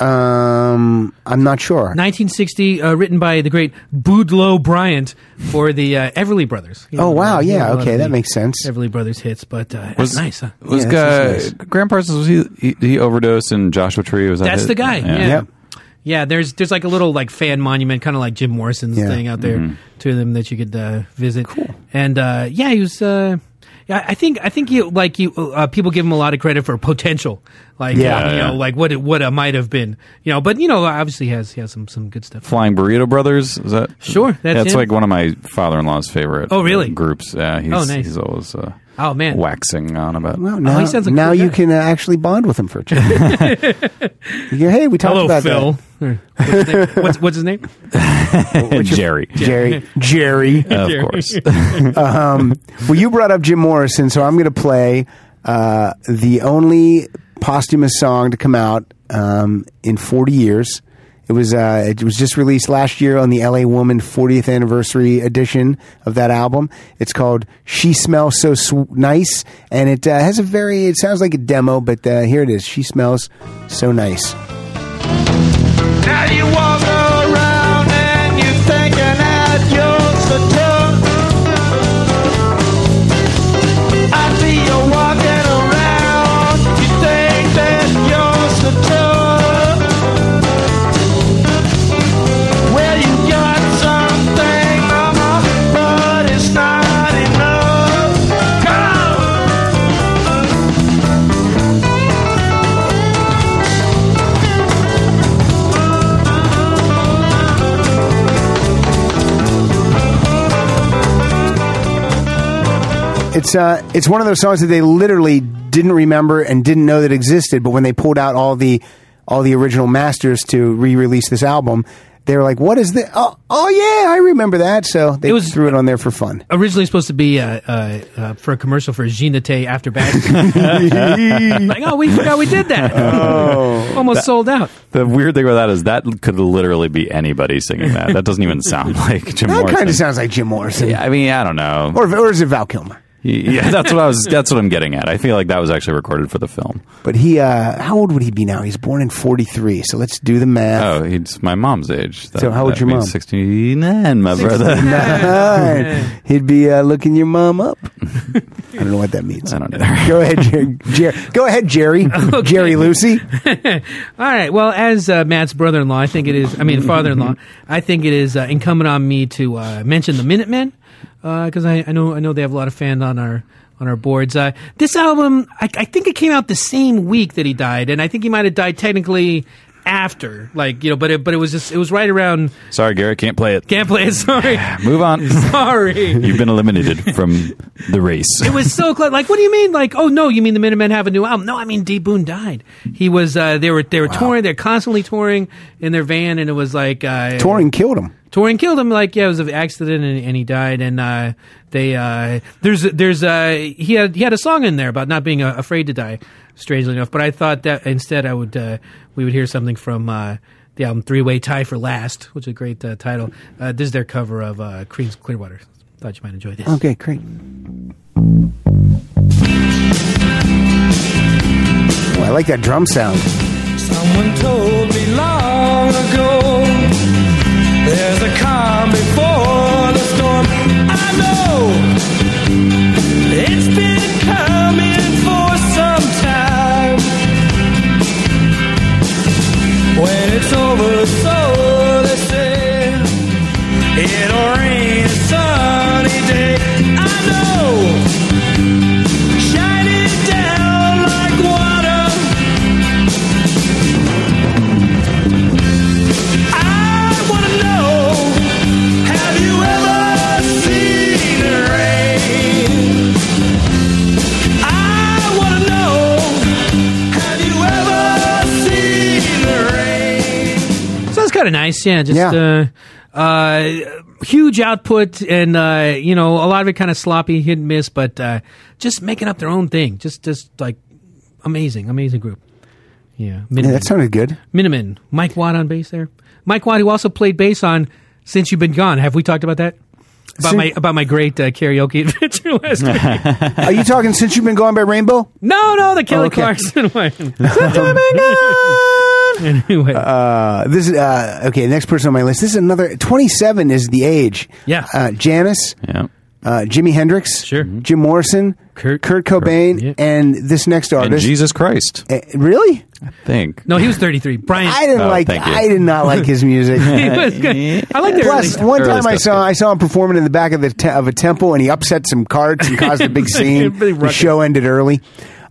Um, I'm not sure. 1960, uh, written by the great Boudleau Bryant for the uh, Everly Brothers. You Oh, wow. uh, you Yeah, know, a lot okay, of that the makes sense. Everly Brothers hits, but uh, Was- nice. Huh? Was Yeah, guy, this is Graham Parsons? Was he, he he overdosed in Joshua Tree? Was that That's it? the guy. Yeah. yeah. Yep. there's there's like a little like fan monument, kind of like Jim Morrison's Yeah. thing out there Mm-hmm. to them that you could uh, visit. Cool. And uh, yeah, he was. Uh, yeah, I think I think you like you uh, people give him a lot of credit for potential, like Yeah. uh, you Yeah. know, like what it what it might have been, you know. But you know, obviously has he has some some good stuff. Flying Burrito Brothers. Is that Sure, that's that's him. like one of my father-in-law's favorite. Oh, really? uh, Groups. Yeah, he's, Oh, nice. he's always uh, Oh man, waxing on about. Well, now, oh, he sounds like a now cool you guy. can uh, actually bond with him *laughs* for a change. *laughs* You go, hey, we talked hello about Phil. What's, his name? *laughs* what's what's his name? *laughs* and Jerry. that. *laughs* Jerry. Jerry. Of course. *laughs* Um, well, you brought up Jim Morrison, so I'm going to play uh, the only posthumous song to come out um, in 40 years. It was uh, it was just released last year on the LA Woman 40th anniversary edition of that album. It's called "She Smells So Sw- Nice," and it uh, has a very it sounds like a demo, but uh, here it is. "She Smells So Nice." She Now you walk around and you thinking that you're so tough. I see you walking around, you think that you're so tough. Well, you got something, mama, but it's not enough. Come on. It's uh, it's one of those songs that they literally didn't remember and didn't know that existed. But when they pulled out all the all the original masters to re-release this album, they were like, "What is this? Oh, oh yeah, I remember that." So they It was- threw it on there for fun. originally supposed to be uh, uh, uh, for a commercial for Ginate after bad. *laughs* like, oh, we forgot we did that. Almost sold out. The weird thing about that is that could literally be anybody singing that. That doesn't even sound *laughs* like Jim That Morrison. kind of sounds like Jim Morrison, Yeah, I mean, I don't know. or or is it Val Kilmer? *laughs* yeah, that's what I was. That's what I'm getting at. I feel like that was actually recorded for the film. But he, uh, how old would he be now? He's born in '43, so let's do the math. Oh, he's my mom's age. That, So how old's that your means mom? 69, my brother. *laughs* *laughs* Oh. Nine. He'd be uh, looking your mom up. I don't know what that means. I don't know. *laughs* Go ahead, Jerry. Jer- go ahead, *laughs* Jerry. Jerry Lucy. All right. Well, as uh, Matt's brother-in-law, I think it is. I mean, father-in-law. I think it is uh, incumbent on me to uh, mention the Minutemen because I, I know I know they have a lot of fans on our on our boards. Uh, this album, I, I think it came out the same week that he died, and I think he might have died technically after, like you know. But it, but it was just it was right around. Sorry, Gary, can't play it. Can't play it. Sorry, Move *laughs* *laughs* on. *laughs* sorry. You've been eliminated from the race. *laughs* It was so close. Like, what do you mean? Like, oh no, you mean the Minutemen have a new album? No, I mean D Boone died. He was. Uh, they were. They were touring. They're constantly touring in their van, and it was like uh, Touring killed him. Touring killed him. Like, yeah, it was an accident, and, and he died. And uh, they. Uh, there's. There's. Uh, he had. He had a song in there about not being uh, afraid to die. Strangely enough, but I thought that instead I would. Uh, we would hear something from. Uh, the album Three Way Tie for Last, which is a great uh, title. Uh, this is their cover of uh, Creed's Clearwater. Thought you might enjoy this. Okay, great. Oh, I like that drum sound. Someone told me long ago there's a calm before the storm. I know it's been coming for some time. When it's over, so they say it'll rain a sunny day. I know. Shining down like water I wanna know, have you ever seen it rain? I wanna know, have you ever seen it rain? So that's kind of nice. Yeah, just Yeah. Uh, uh, huge output, and uh, you know a lot of it kind of sloppy, hit and miss, but uh, just making up their own thing. Just just like amazing, amazing group. Yeah, Yeah, Miniman. that sounded good. Miniman. Mike Watt on bass there. Mike Watt, who also played bass on "Since You've Been Gone." Have we talked about that? About Sin- my about my great uh, karaoke *laughs* adventure last week. Are you talking since you've been gone by Rainbow? No, no, the Kelly Oh, okay. *laughs* Clarkson one. Since You've Been Gone. Anyway, Uh, this is uh, okay. Next person on my list. This is another. Twenty-seven is the age. Yeah. Uh, Janice. Yeah. Uh, Jimi Hendrix. Sure. Mhm. Jim Morrison. Kurt- Cobain. Kurt, yeah. And this next And artist. Jesus Christ, Uh, really? I think. no, he was thirty three. Brian. I didn't Oh, like. thank you. I did not like his *laughs* music. *laughs* he was good. I like the early Plus, stuff. one Early time I stuff's saw good. I saw him performing in the back of the te- of a temple, and he upset some carts and caused a *laughs* big scene. Everybody the show ended early.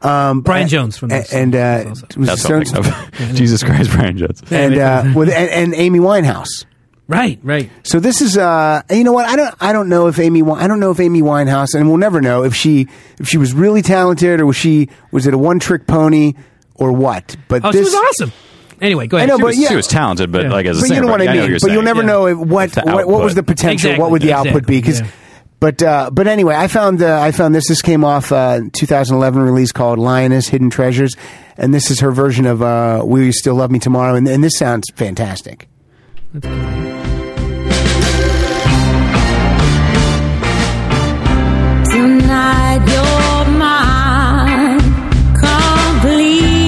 Um, Brian and- Jones from and, those and uh, songs also. it was That's Stone- what I'm *laughs* thinking of. *laughs* Jesus Christ, Brian Jones. and uh, *laughs* with and, and Amy Winehouse. Right, right. So this is uh, you know what I don't I don't know if Amy Wi- I don't know if Amy Winehouse and we'll never know if she if she was really talented or was she was it a one trick pony or what. But Oh, this she was awesome. Anyway, go ahead. know, She but was, yeah. she was talented, but Yeah. like as a but singer, you know what I know mean. you're but you'll saying. never Yeah. know if what It's the what, what was output. the potential. Exactly, what would the output exactly, be? Because, yeah. but uh, but anyway, I found uh, I found this. This came off uh, 2011 release called Lioness Hidden Treasures, and this is her version of uh, Will You Still Love Me Tomorrow? And, and this sounds fantastic. Tonight you're mine completely.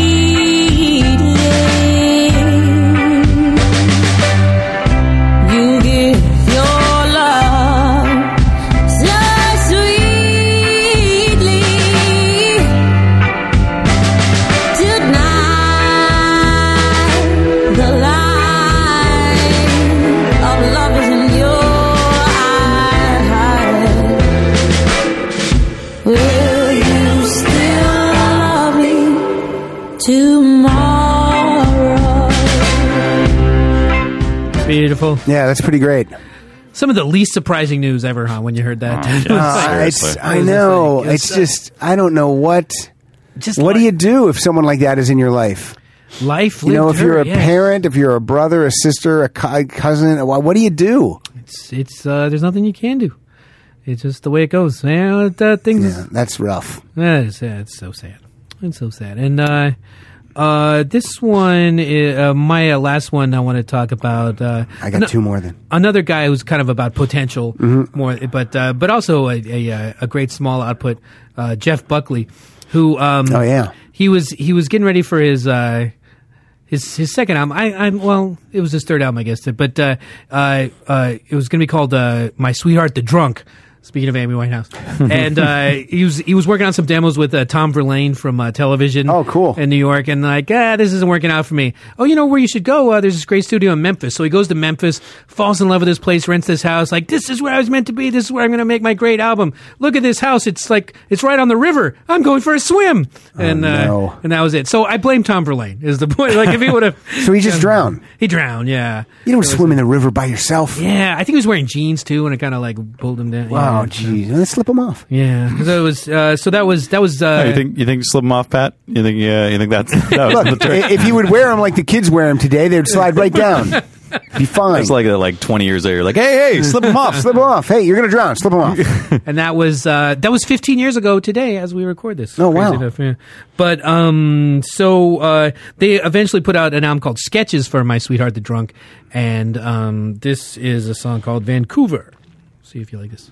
Will you still love me tomorrow? Beautiful. Yeah, that's pretty great. Some of the least surprising news ever, huh? When you heard *laughs* that, It Oh, was yeah. like- Uh, it's, Seriously. I It was just know. like, it's it's, uh, just I don't know what. just Uh, What do li- you do if someone like that is in your life? life? You know, lived if you're a hurt, yeah. parent, if you're a brother, a sister, a co- cousin, wh- what do you do? it's, it's uh, there's nothing you can do. It's just the way it goes. Yeah, that things. Yeah, that's rough. That is sad. It's so sad. It's so sad. And uh, uh, this one, is, uh, my uh, last one, I want to talk about. Uh, I got ano- two more then. Another guy who's kind of about potential Mm-hmm. more, but uh, but also a, a, uh, a great small output. Uh, Jeff Buckley, who um, Oh, yeah. he was he was getting ready for his. Uh, his his second album. I, I'm well, it was his third album, I guess. But uh, uh, uh, it was going to be called uh, "My Sweetheart the Drunk." Speaking of *laughs* Amy Winehouse, and uh, he was he was working on some demos with uh, Tom Verlaine from uh, Television. Oh, cool. In New York, and like, ah, this isn't working out for me. Oh, you know where you should go? Uh, there's this great studio in Memphis. So he goes to Memphis, falls in love with this place, rents this house. Like, this is where I was meant to be. This is where I'm going to make my great album. Look at this house. It's like it's right on the river. I'm going for a swim. and uh, Oh, no. and that was it. So I blame Tom Verlaine is the *laughs* point. Like if he would have, *laughs* So he just drowned. he drowned. Yeah, You don't swim in the river by yourself. yeah. I think he was wearing jeans too, and it kind of like pulled him Oh, down. Wow, Oh, yeah. jeez, let's slip them off. Yeah, 'Cause that was uh, so that was that was. Uh, you think you think slip them off, Pat? You think yeah? You think that's that was the Look, trick? i- if you would wear them like the kids wear them today, they'd slide right *laughs* down. Be fine. *laughs* It's like like twenty years later. Like hey hey, slip them off. slip them off. Hey, you're gonna drown. Slip them *laughs* off. and that was uh, that was 15 years ago today as we record this. Oh, wow. yeah. But um, so uh, they eventually put out an album called Sketches for My Sweetheart the Drunk, and um, this is a song called Vancouver. See if you like this.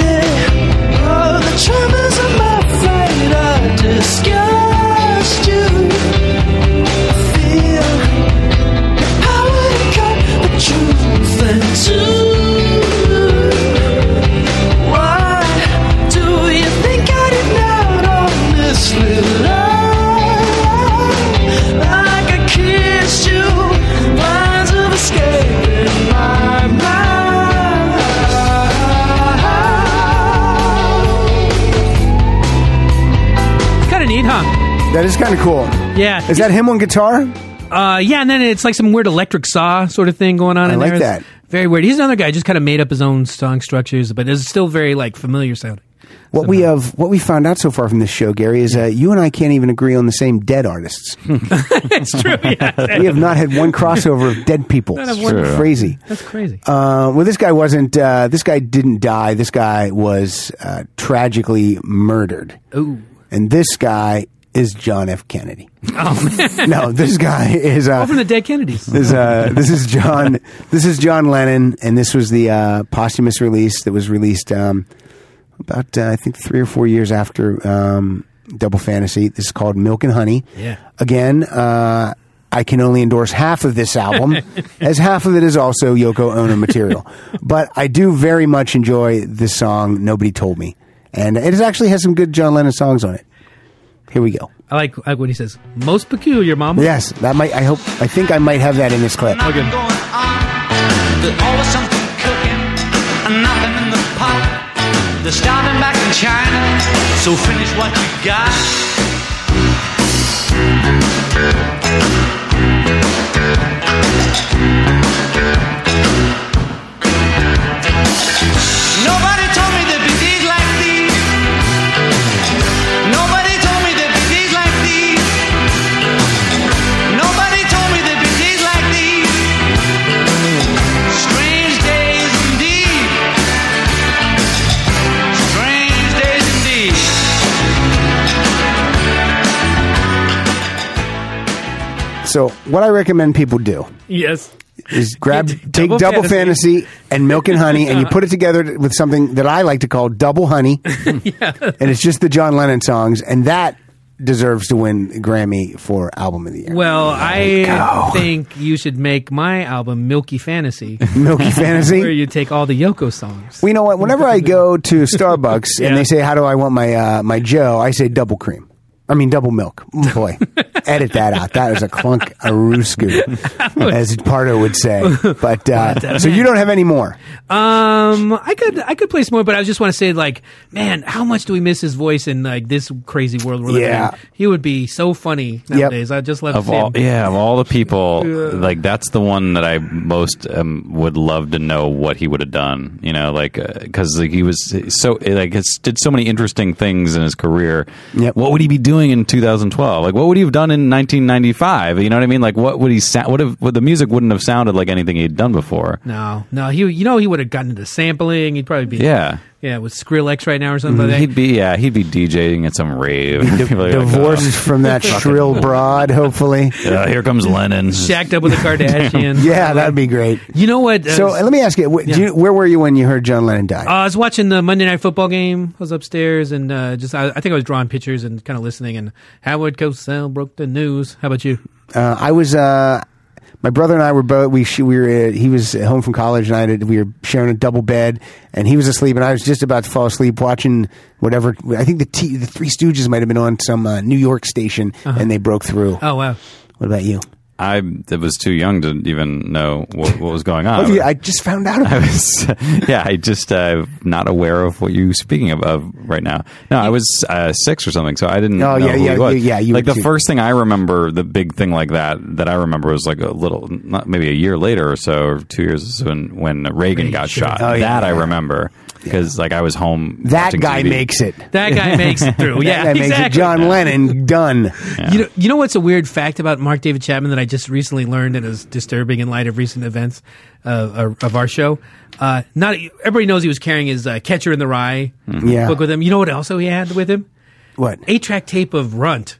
All the troubles of my flight are discussed. You feel how I cut the truth in two. Why do you think I did not honestly love like I kissed you? Lines of escape in my mind. Kind of neat, huh? that is kind of cool. Yeah, Is that him on guitar? Uh, yeah, and then it's like some weird electric saw sort of thing going on I in like there. It's that. Very weird. He's another guy just kind of made up his own song structures, but it's still very like familiar sounding. *laughs* What we have, what we found out so far from this show, Gary, is uh, you and I can't even agree on the same dead artists. It's true. Yeah, *laughs* We have not had one crossover of dead people. Not have one. True. Crazy. that's crazy. Uh, well, this guy wasn't. Uh, this guy didn't die. This guy was uh, tragically murdered. Ooh. And this guy is John F. Kennedy. no, this guy is. Uh, Oh, from the Dead Kennedys. *laughs* is uh, this is John. This is John Lennon, and this was the uh, posthumous release that was released um, about uh, I think three or four years after um, Double Fantasy. This is called Milk and Honey. Yeah. Again, uh, I can only endorse half of this album, as half of it is also Yoko Ono material. but I do very much enjoy this song. Nobody told me, and it is- actually has some good John Lennon songs on it. Here we go. I like, I like what he says. Most peculiar, mama. Yes, that might. I hope. I think I might have that in this clip. Okay. going on. There's always something cooking and nothing in the pot. They're starting back in China, so finish what you got. Nobody told me there'd be days like these. Nobody told me there'd be days like these. Nobody told me there'd be days like these. Strange days indeed. Strange days indeed. So, what I recommend people do Yes. is *laughs* grab D- take double double fantasy. fantasy. and milk and honey, *laughs* and you put it together with something that I like to call double honey, and it's just the John Lennon songs, and that deserves to win Grammy for album of the year. Well, I go. think you should make my album *laughs* Milky Fantasy, *laughs* Milky Fantasy. where you take all the Yoko songs. Well, you know what? Whenever I go to *laughs* Starbucks and they say, "How do I want my uh, my Joe?" I say double cream. I mean double milk. Mm, *laughs* Boy, edit that out. That was a clunk a rooscoo, as Pardo would say. But uh, so you don't have any more. Um, I could I could play some more, but I just want to say, like, man, how much do we miss his voice in like this crazy world we're living Yeah. in? He would be so funny nowadays. I just love of him. all yeah of all the people like that's the one that i most um, would love to know what he would have done you know like because like he was so like it's, did so many interesting things in his career Yep. what would he be doing in 2012 like what would he have done in 1995 you know what i mean like what would he sound what if what the music wouldn't have sounded like anything he'd done before No, no, he you know he would have gotten into sampling. He'd probably be yeah Mm, yeah with Skrillex right now or something. like that. he'd be yeah he'd be djing at some rave *laughs* People are like, Divorced *laughs* from *laughs* that shrill broad, hopefully. "Oh, yeah, here comes lennon Shacked *laughs* up with a Kardashian. Yeah, that'd be great. You know what? uh, So uh, let me ask you, wh- do Yeah. you, where were you when you heard John Lennon die? Uh, I was watching the Monday Night Football game. I was upstairs and uh, just I, I think I was drawing pictures and kind of listening. And Howard Cosell broke the news. How about you? Uh, I was. Uh, my brother and I were both. We she, we were. Uh, he was home from college, and I did, we were sharing a double bed, and he was asleep, and I was just about to fall asleep watching whatever. I think the T, the Three Stooges might have been on some uh, New York station, Uh-huh. and they broke through. Oh wow, What about you? i was too young to even know what, what was going on Oh, dude, I just found out *laughs* I about it. was, yeah, I just uh, not aware of what you speaking of, of right now. No, I was uh, six or something, so I didn't. Oh, know yeah, who he yeah, was. yeah, yeah, you like were the too. first thing I remember, the big thing like that that I remember was like a little, not maybe a year later or so, or two years is when when Reagan, got shot. Oh, yeah, that I yeah. remember because like I was home. That watching guy TV. makes it. *laughs* that guy makes it through. Yeah, that guy exactly. makes it. John *laughs* Lennon done. You know, you know what's a weird fact about Mark David Chapman that I just recently learned and is disturbing in light of recent events uh, of our show. Uh, not everybody knows he was carrying his uh, Catcher in the Rye Hmm. Yeah. book with him. You know what also he had with him? What? eight track tape of Runt.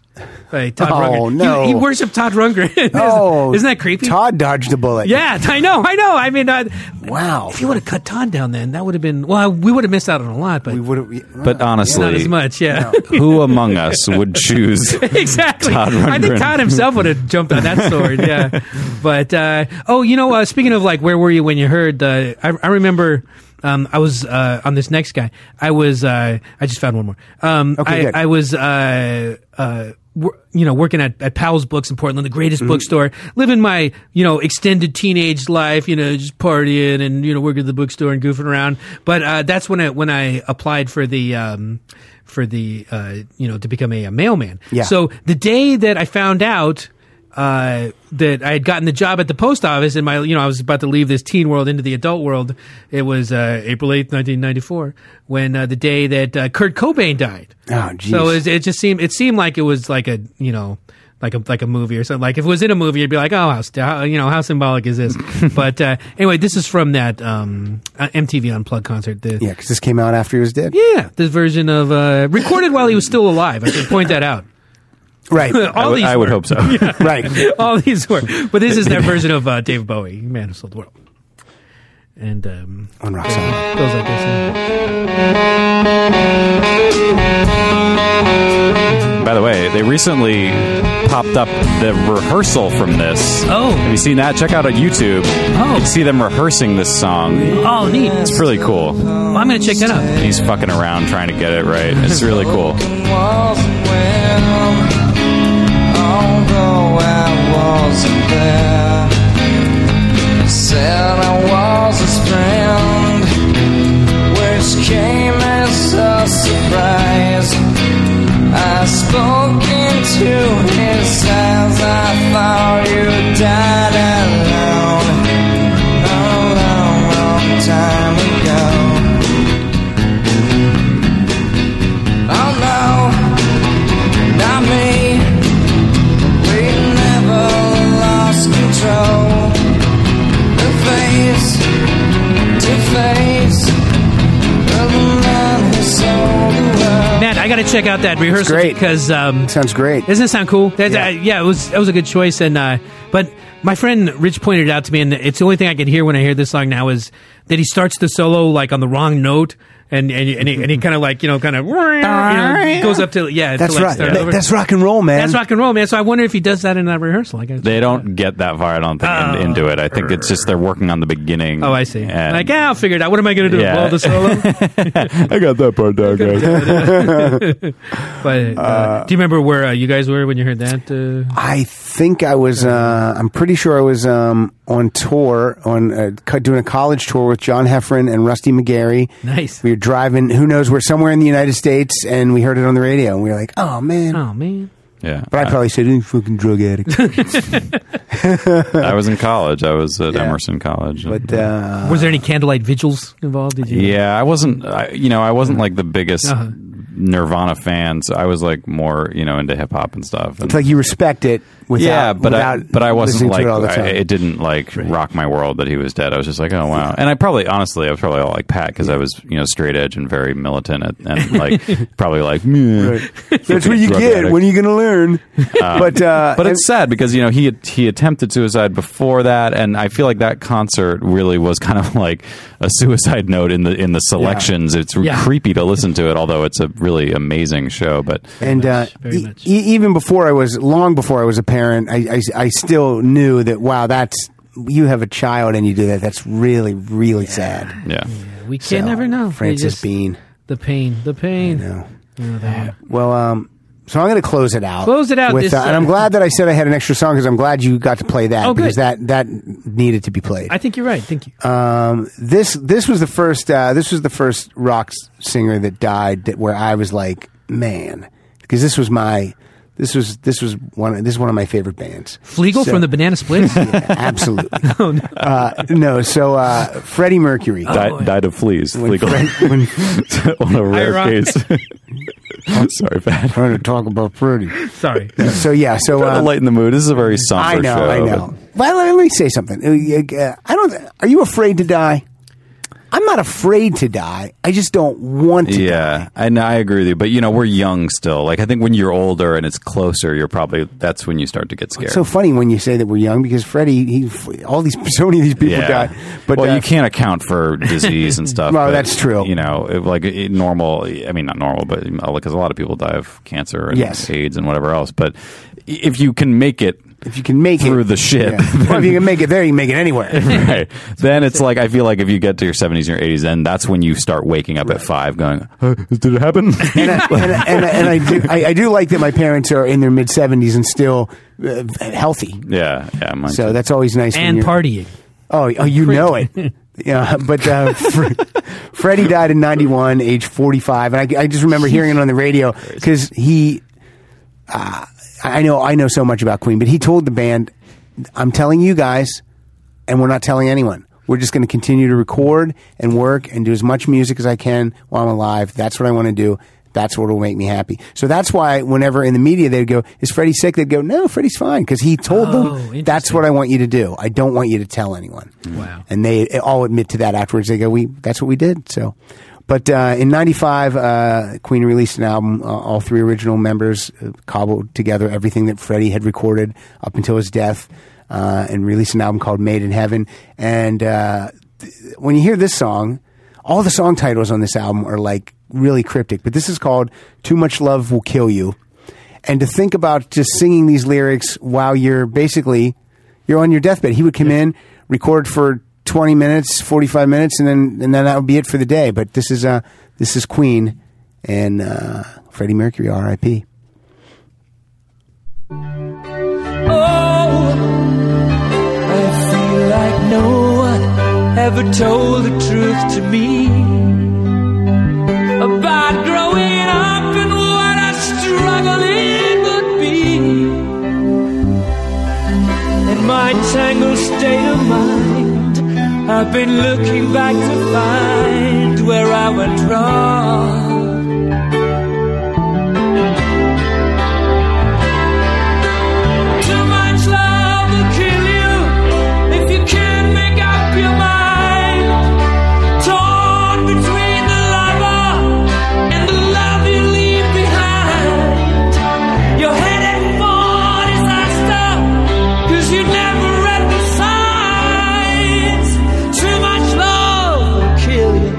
By Todd Oh, Rundgren. He- no. Oh, He, worshipped Todd Rundgren. *laughs* isn't, isn't that creepy? Todd dodged a bullet. Yeah, I know, I know. I mean, uh, Wow. If he would have cut Todd down, then that would have been well. We would have missed out on a lot, but We would have. But not honestly, as much. Yeah, *laughs* who among us would *laughs* choose? *laughs* exactly. Todd I think Rundgren. Todd himself would have jumped on that sword. *laughs* Yeah, but uh, oh, you know, uh, speaking of like, where were you when you heard? Uh, I, I remember. Um, I was uh, on this next guy. I was. Uh, I just found one more. Um, Okay, I, good. I was. Uh, uh, wor- you know, working at, at Powell's Books in Portland, the greatest bookstore. Living my you know extended teenage life. You know, just partying and you know working at the bookstore and goofing around. But uh, that's when I when I applied for the um, for the uh, you know to become a, a mailman. Yeah. So the day that I found out uh, that I had gotten the job at the post office, and my you know I was about to leave this teen world into the adult world. It was uh, April eighth, nineteen ninety four, when uh, the day that uh, Kurt Cobain died. Oh, geez. So it, it just seemed it seemed like it was like a you know like a like a movie or something. Like if it was in a movie, you'd be like, oh, how, st- how you know how symbolic is *laughs* this? but uh, anyway, this is from that um, uh, MTV Unplugged concert. The, Yeah, because this came out after he was dead. yeah, this version of uh, recorded while he was still alive. I should point that out. Right. *laughs* *laughs* I All would- these I would were. hope so. *laughs* right. *laughs* All these were. But this is *laughs* their version of uh, David Bowie, Man Who Sold the World. And um, On rock solid. goes like this. yeah. By the way, they recently popped up the rehearsal from this. Oh. Have you seen that? Check out on YouTube. Oh. You can see them rehearsing this song. Oh, neat. It's really cool. Well, I'm going to check that out. He's fucking around trying to get it right. It's really cool. Said I was his friend, which came as a surprise. I spoke into his eyes. I thought you died alone, a long, long time ago. Oh no, not me. We never lost control face to face of the man who sold the world. Matt, I got to check out that rehearsal great. because um, Sounds great. Doesn't it sound cool? That's, yeah. Yeah. Uh, yeah, it was that was a good choice. And uh, but my friend Rich pointed it out to me, and it's the only thing I can hear when I hear this song now is that he starts the solo like on the wrong note. and and and he, and he kind of like you know kind of *laughs* you know, goes up to yeah. That's to like right. start That- over. that's rock and roll, man. That's rock and roll, man. So I wonder if he does that in that rehearsal. I guess. They don't get that far, I don't think, in, into it. I think it's just they're working on the beginning. Oh, I see. And- like, yeah, I'll figure it out. What am I going to do? Yeah. Blow the *laughs* solo? *laughs* I got that part down, guys. But uh, do you remember where uh, you guys were when you heard that? Uh, I think I was. Uh, I'm pretty sure I was um, on tour on uh, co- doing a college tour with John Heffron and Rusty McGarry. Nice. We were driving. Who knows? We're somewhere in the United States, and we heard it on the radio, and we were like, "Oh man." Uh, oh man, *laughs* Yeah, But I probably said, "You fucking drug addict." I was in college. I was at Yeah. Emerson College. *laughs* But uh, was there any candlelight vigils involved? Did you? yeah, I wasn't. I, you know, I wasn't like the biggest Uh-huh. Nirvana fan. So I was like more, you know, into hip hop and stuff. And- it's like you respect it. Without, yeah, but I, without but I listening wasn't to like it all the I, time. it didn't like rock my world that he was dead. I was just like, oh wow. And I probably honestly, I was probably all like Pat because I was you know straight edge and very militant and, *laughs* and like probably like. meh. *laughs* That's what you Drug get. addict. Um, When are you going to learn? *laughs* but uh, But it's sad because you know he he attempted suicide before that, and I feel like that concert really was kind of *laughs* like a suicide note in the in the selections. It's Yeah. creepy to listen to it, although it's a really amazing show. But and uh, very e- much. e- even before I was long before I was a parent, I, I I still knew that wow, that's you have a child and you do that. That's really *laughs* really sad. yeah, we can So, never know. They Francis just- Bean. the pain, the pain. know. Oh, that- Well, um. So I'm going to close it out. Close it out. With, This- uh, and I'm glad that I said I had an extra song because I'm glad you got to play that Oh, good. because that that needed to be played. I think you're right. Thank you. um, this this was the first uh, this was the first rock s- singer that died that where I was like man because this was my this was this was one this is one of my favorite *laughs* bands Flegel so- from the *laughs* Banana *laughs* Oh, Splits. yeah, absolutely no. Uh, no so uh, Freddie Mercury Oh, Di- died of fleas. When Legal Fred- when- *laughs* on a rare Ironic. case. Sorry, Pat. trying to talk about Freddie Sorry. so yeah so Trying to um, lighten the mood. This is a very somber I know show. I know well let me say something Uh, uh, I don't are you afraid to die I'm not afraid to die I just don't want to Yeah, I know. I agree with you. But you know, we're young still. Like I think when you're older and it's closer, you're probably that's when you start to get scared. It's so funny when you say that we're young because Freddie, he, all these, *laughs* so many of these people die. But well, uh, you can't account for *laughs* disease and stuff. Well, but, that's true. You know, it, like it, normal. I mean, not normal, but because a lot of people die of cancer and Yes. AIDS and whatever else. But if you can make it, If you can make through it the ship, Yeah. *laughs* well, if you can make it there, you can make it anywhere. right, then it's like I feel like if you get to your seventies and your eighties, then that's when you start waking up at five, going, "Huh, "Did it happen?" and, I, and, I, and, I, and I do, I, I do like that my parents are in their mid seventies and still uh, healthy. yeah, yeah. Mine So too. that's always nice. when And you're- partying. Oh, oh, you know it. Yeah, but uh, Fre- Freddie died in '91, age 45, and I, I just remember hearing it on the radio because he. Uh, I know, I know so much about Queen, but he told the band, "I'm telling you guys, and we're not telling anyone. We're just going to continue to record and work and do as much music as I can while I'm alive. That's what I want to do." That's what will make me happy. So that's why whenever in the media they'd go, "Is Freddie sick?" They'd go, "No, Freddie's fine," because he told Oh, them that's interesting. what I want you to do. I don't want you to tell anyone. Wow. And they eh, all admit to that afterwards. They go, "We that's what we did." So, but uh, in '95, uh, Queen released an album. Uh, all three original members uh, cobbled together everything that Freddie had recorded up until his death, uh, and released an album called "Made in Heaven." And uh, th- when you hear this song, all the song titles on this album are like really cryptic. But this is called "Too Much Love Will Kill You." and to think about just singing these lyrics while you're basically you're on your deathbed he would come in record for 20 minutes 45 minutes and then and then that would be it for the day but this is uh this is queen and uh freddie mercury rip Oh, I feel like no one ever told the truth to me about growing up and what a struggle it would be. In my tangled state of mind, I've been looking back to find where I went wrong. Too much love will kill you if you can't make up your mind. Torn between the lover and the love you leave behind. You're headed for disaster 'cause you never read the signs. Too much love will kill you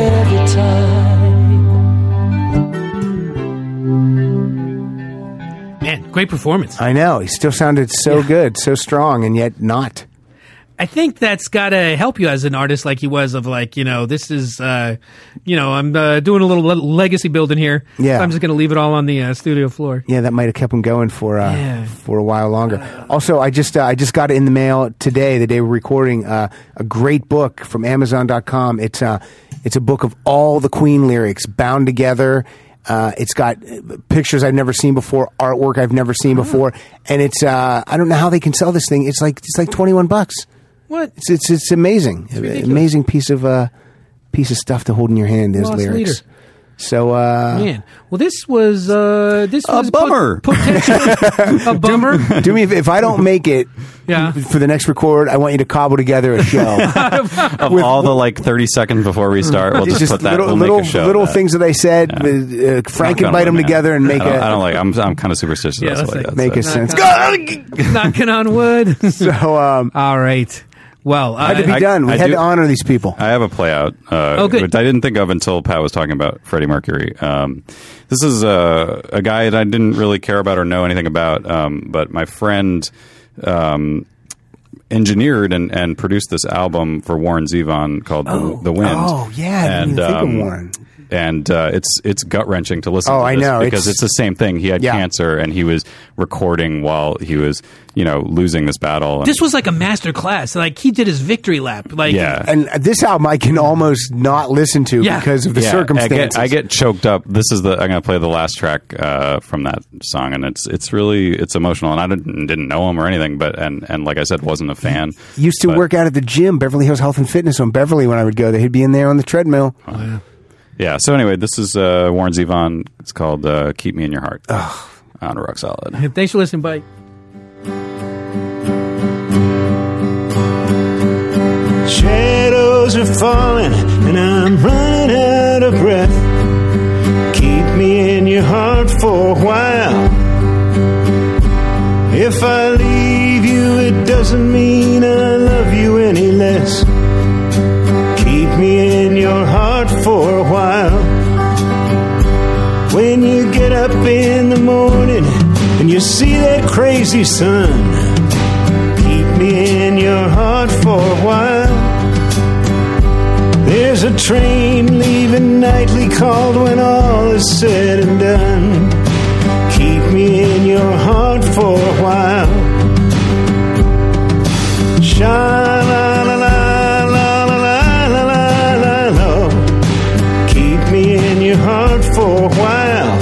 every great performance. I know. He still sounded so Yeah. good, so strong, and yet not. I think that's got to help you as an artist, like he was, of like, you know, this is, uh, you know, I'm uh, doing a little le- legacy building here. Yeah. So I'm just going to leave it all on the uh, studio floor. Yeah, that might have kept him going for uh, Yeah. for a while longer. Also, I just uh, I just got it in the mail today, the day we're recording, uh, a great book from Amazon.com. It's uh, it's a book of all the Queen lyrics bound together. Uh, it's got uh, pictures I've never seen before, artwork I've never Mm. seen before, and it's uh, I don't know how they can sell this thing. It's like it's like twenty one bucks. What? It's it's it's amazing, ridiculous. amazing piece of uh, piece of stuff to hold in your hand. Those Lost lyrics. leader. So uh, Man. Well, this was, uh, this was pot- bummer. potentially *laughs* a bummer. do me if, if I don't make it Yeah. for the next record, I want you to cobble together a show. *laughs* Of all the like 30 seconds before we start, we'll It's just, put that. little we'll little, make a show of little that. things that I said. with, Uh, Frank and bite them man. together and make I don't, I don't a like. I'm I'm kind of superstitious. Yeah, that's that's what like- I got, make a so. sense. Knocking on wood. *laughs* So um, all right. Well, I had to be uh, done. We I had do- to honor these people. I have a play out, uh, Oh, good. which I didn't think of until Pat was talking about Freddie Mercury. Um, this is uh, a guy that I didn't really care about or know anything about, um, but my friend um, engineered and, and produced this album for Warren Zevon called The, the Wind. um, Oh, yeah, I didn't even think of Warren. And uh, it's it's gut wrenching to listen. Oh, to I this know. because It's- it's, the same thing. He had Yeah. cancer and he was recording while he was you know losing this battle. And, this was like a master class. Like, he did his victory lap. Like, yeah, And this album I can almost not listen to Yeah. because of the Yeah, circumstances. I get, I get choked up. This is the I'm going to play the last track uh, from that song, and it's it's really it's emotional. And I didn't didn't know him or anything, but and and like I said, wasn't a fan. Used to but- work out at the gym, Beverly Hills Health and Fitness on Beverly when I would go there. He'd be in there on the treadmill. Yeah. So anyway, this is uh, Warren Zevon. It's called uh, "Keep Me in Your Heart." On rock solid. Thanks for listening. Bye. Shadows are falling and I'm running out of breath. Keep me in your heart for a while. If I leave you, it doesn't mean I love you any less. Keep me in your heart for a while. When you get up in the morning and you see that crazy sun. Keep me in your heart for a while. There's a train leaving nightly called when all is said and done. Keep me in your heart for a while. Sha la la la la la la la la la. Keep me in your heart for a while.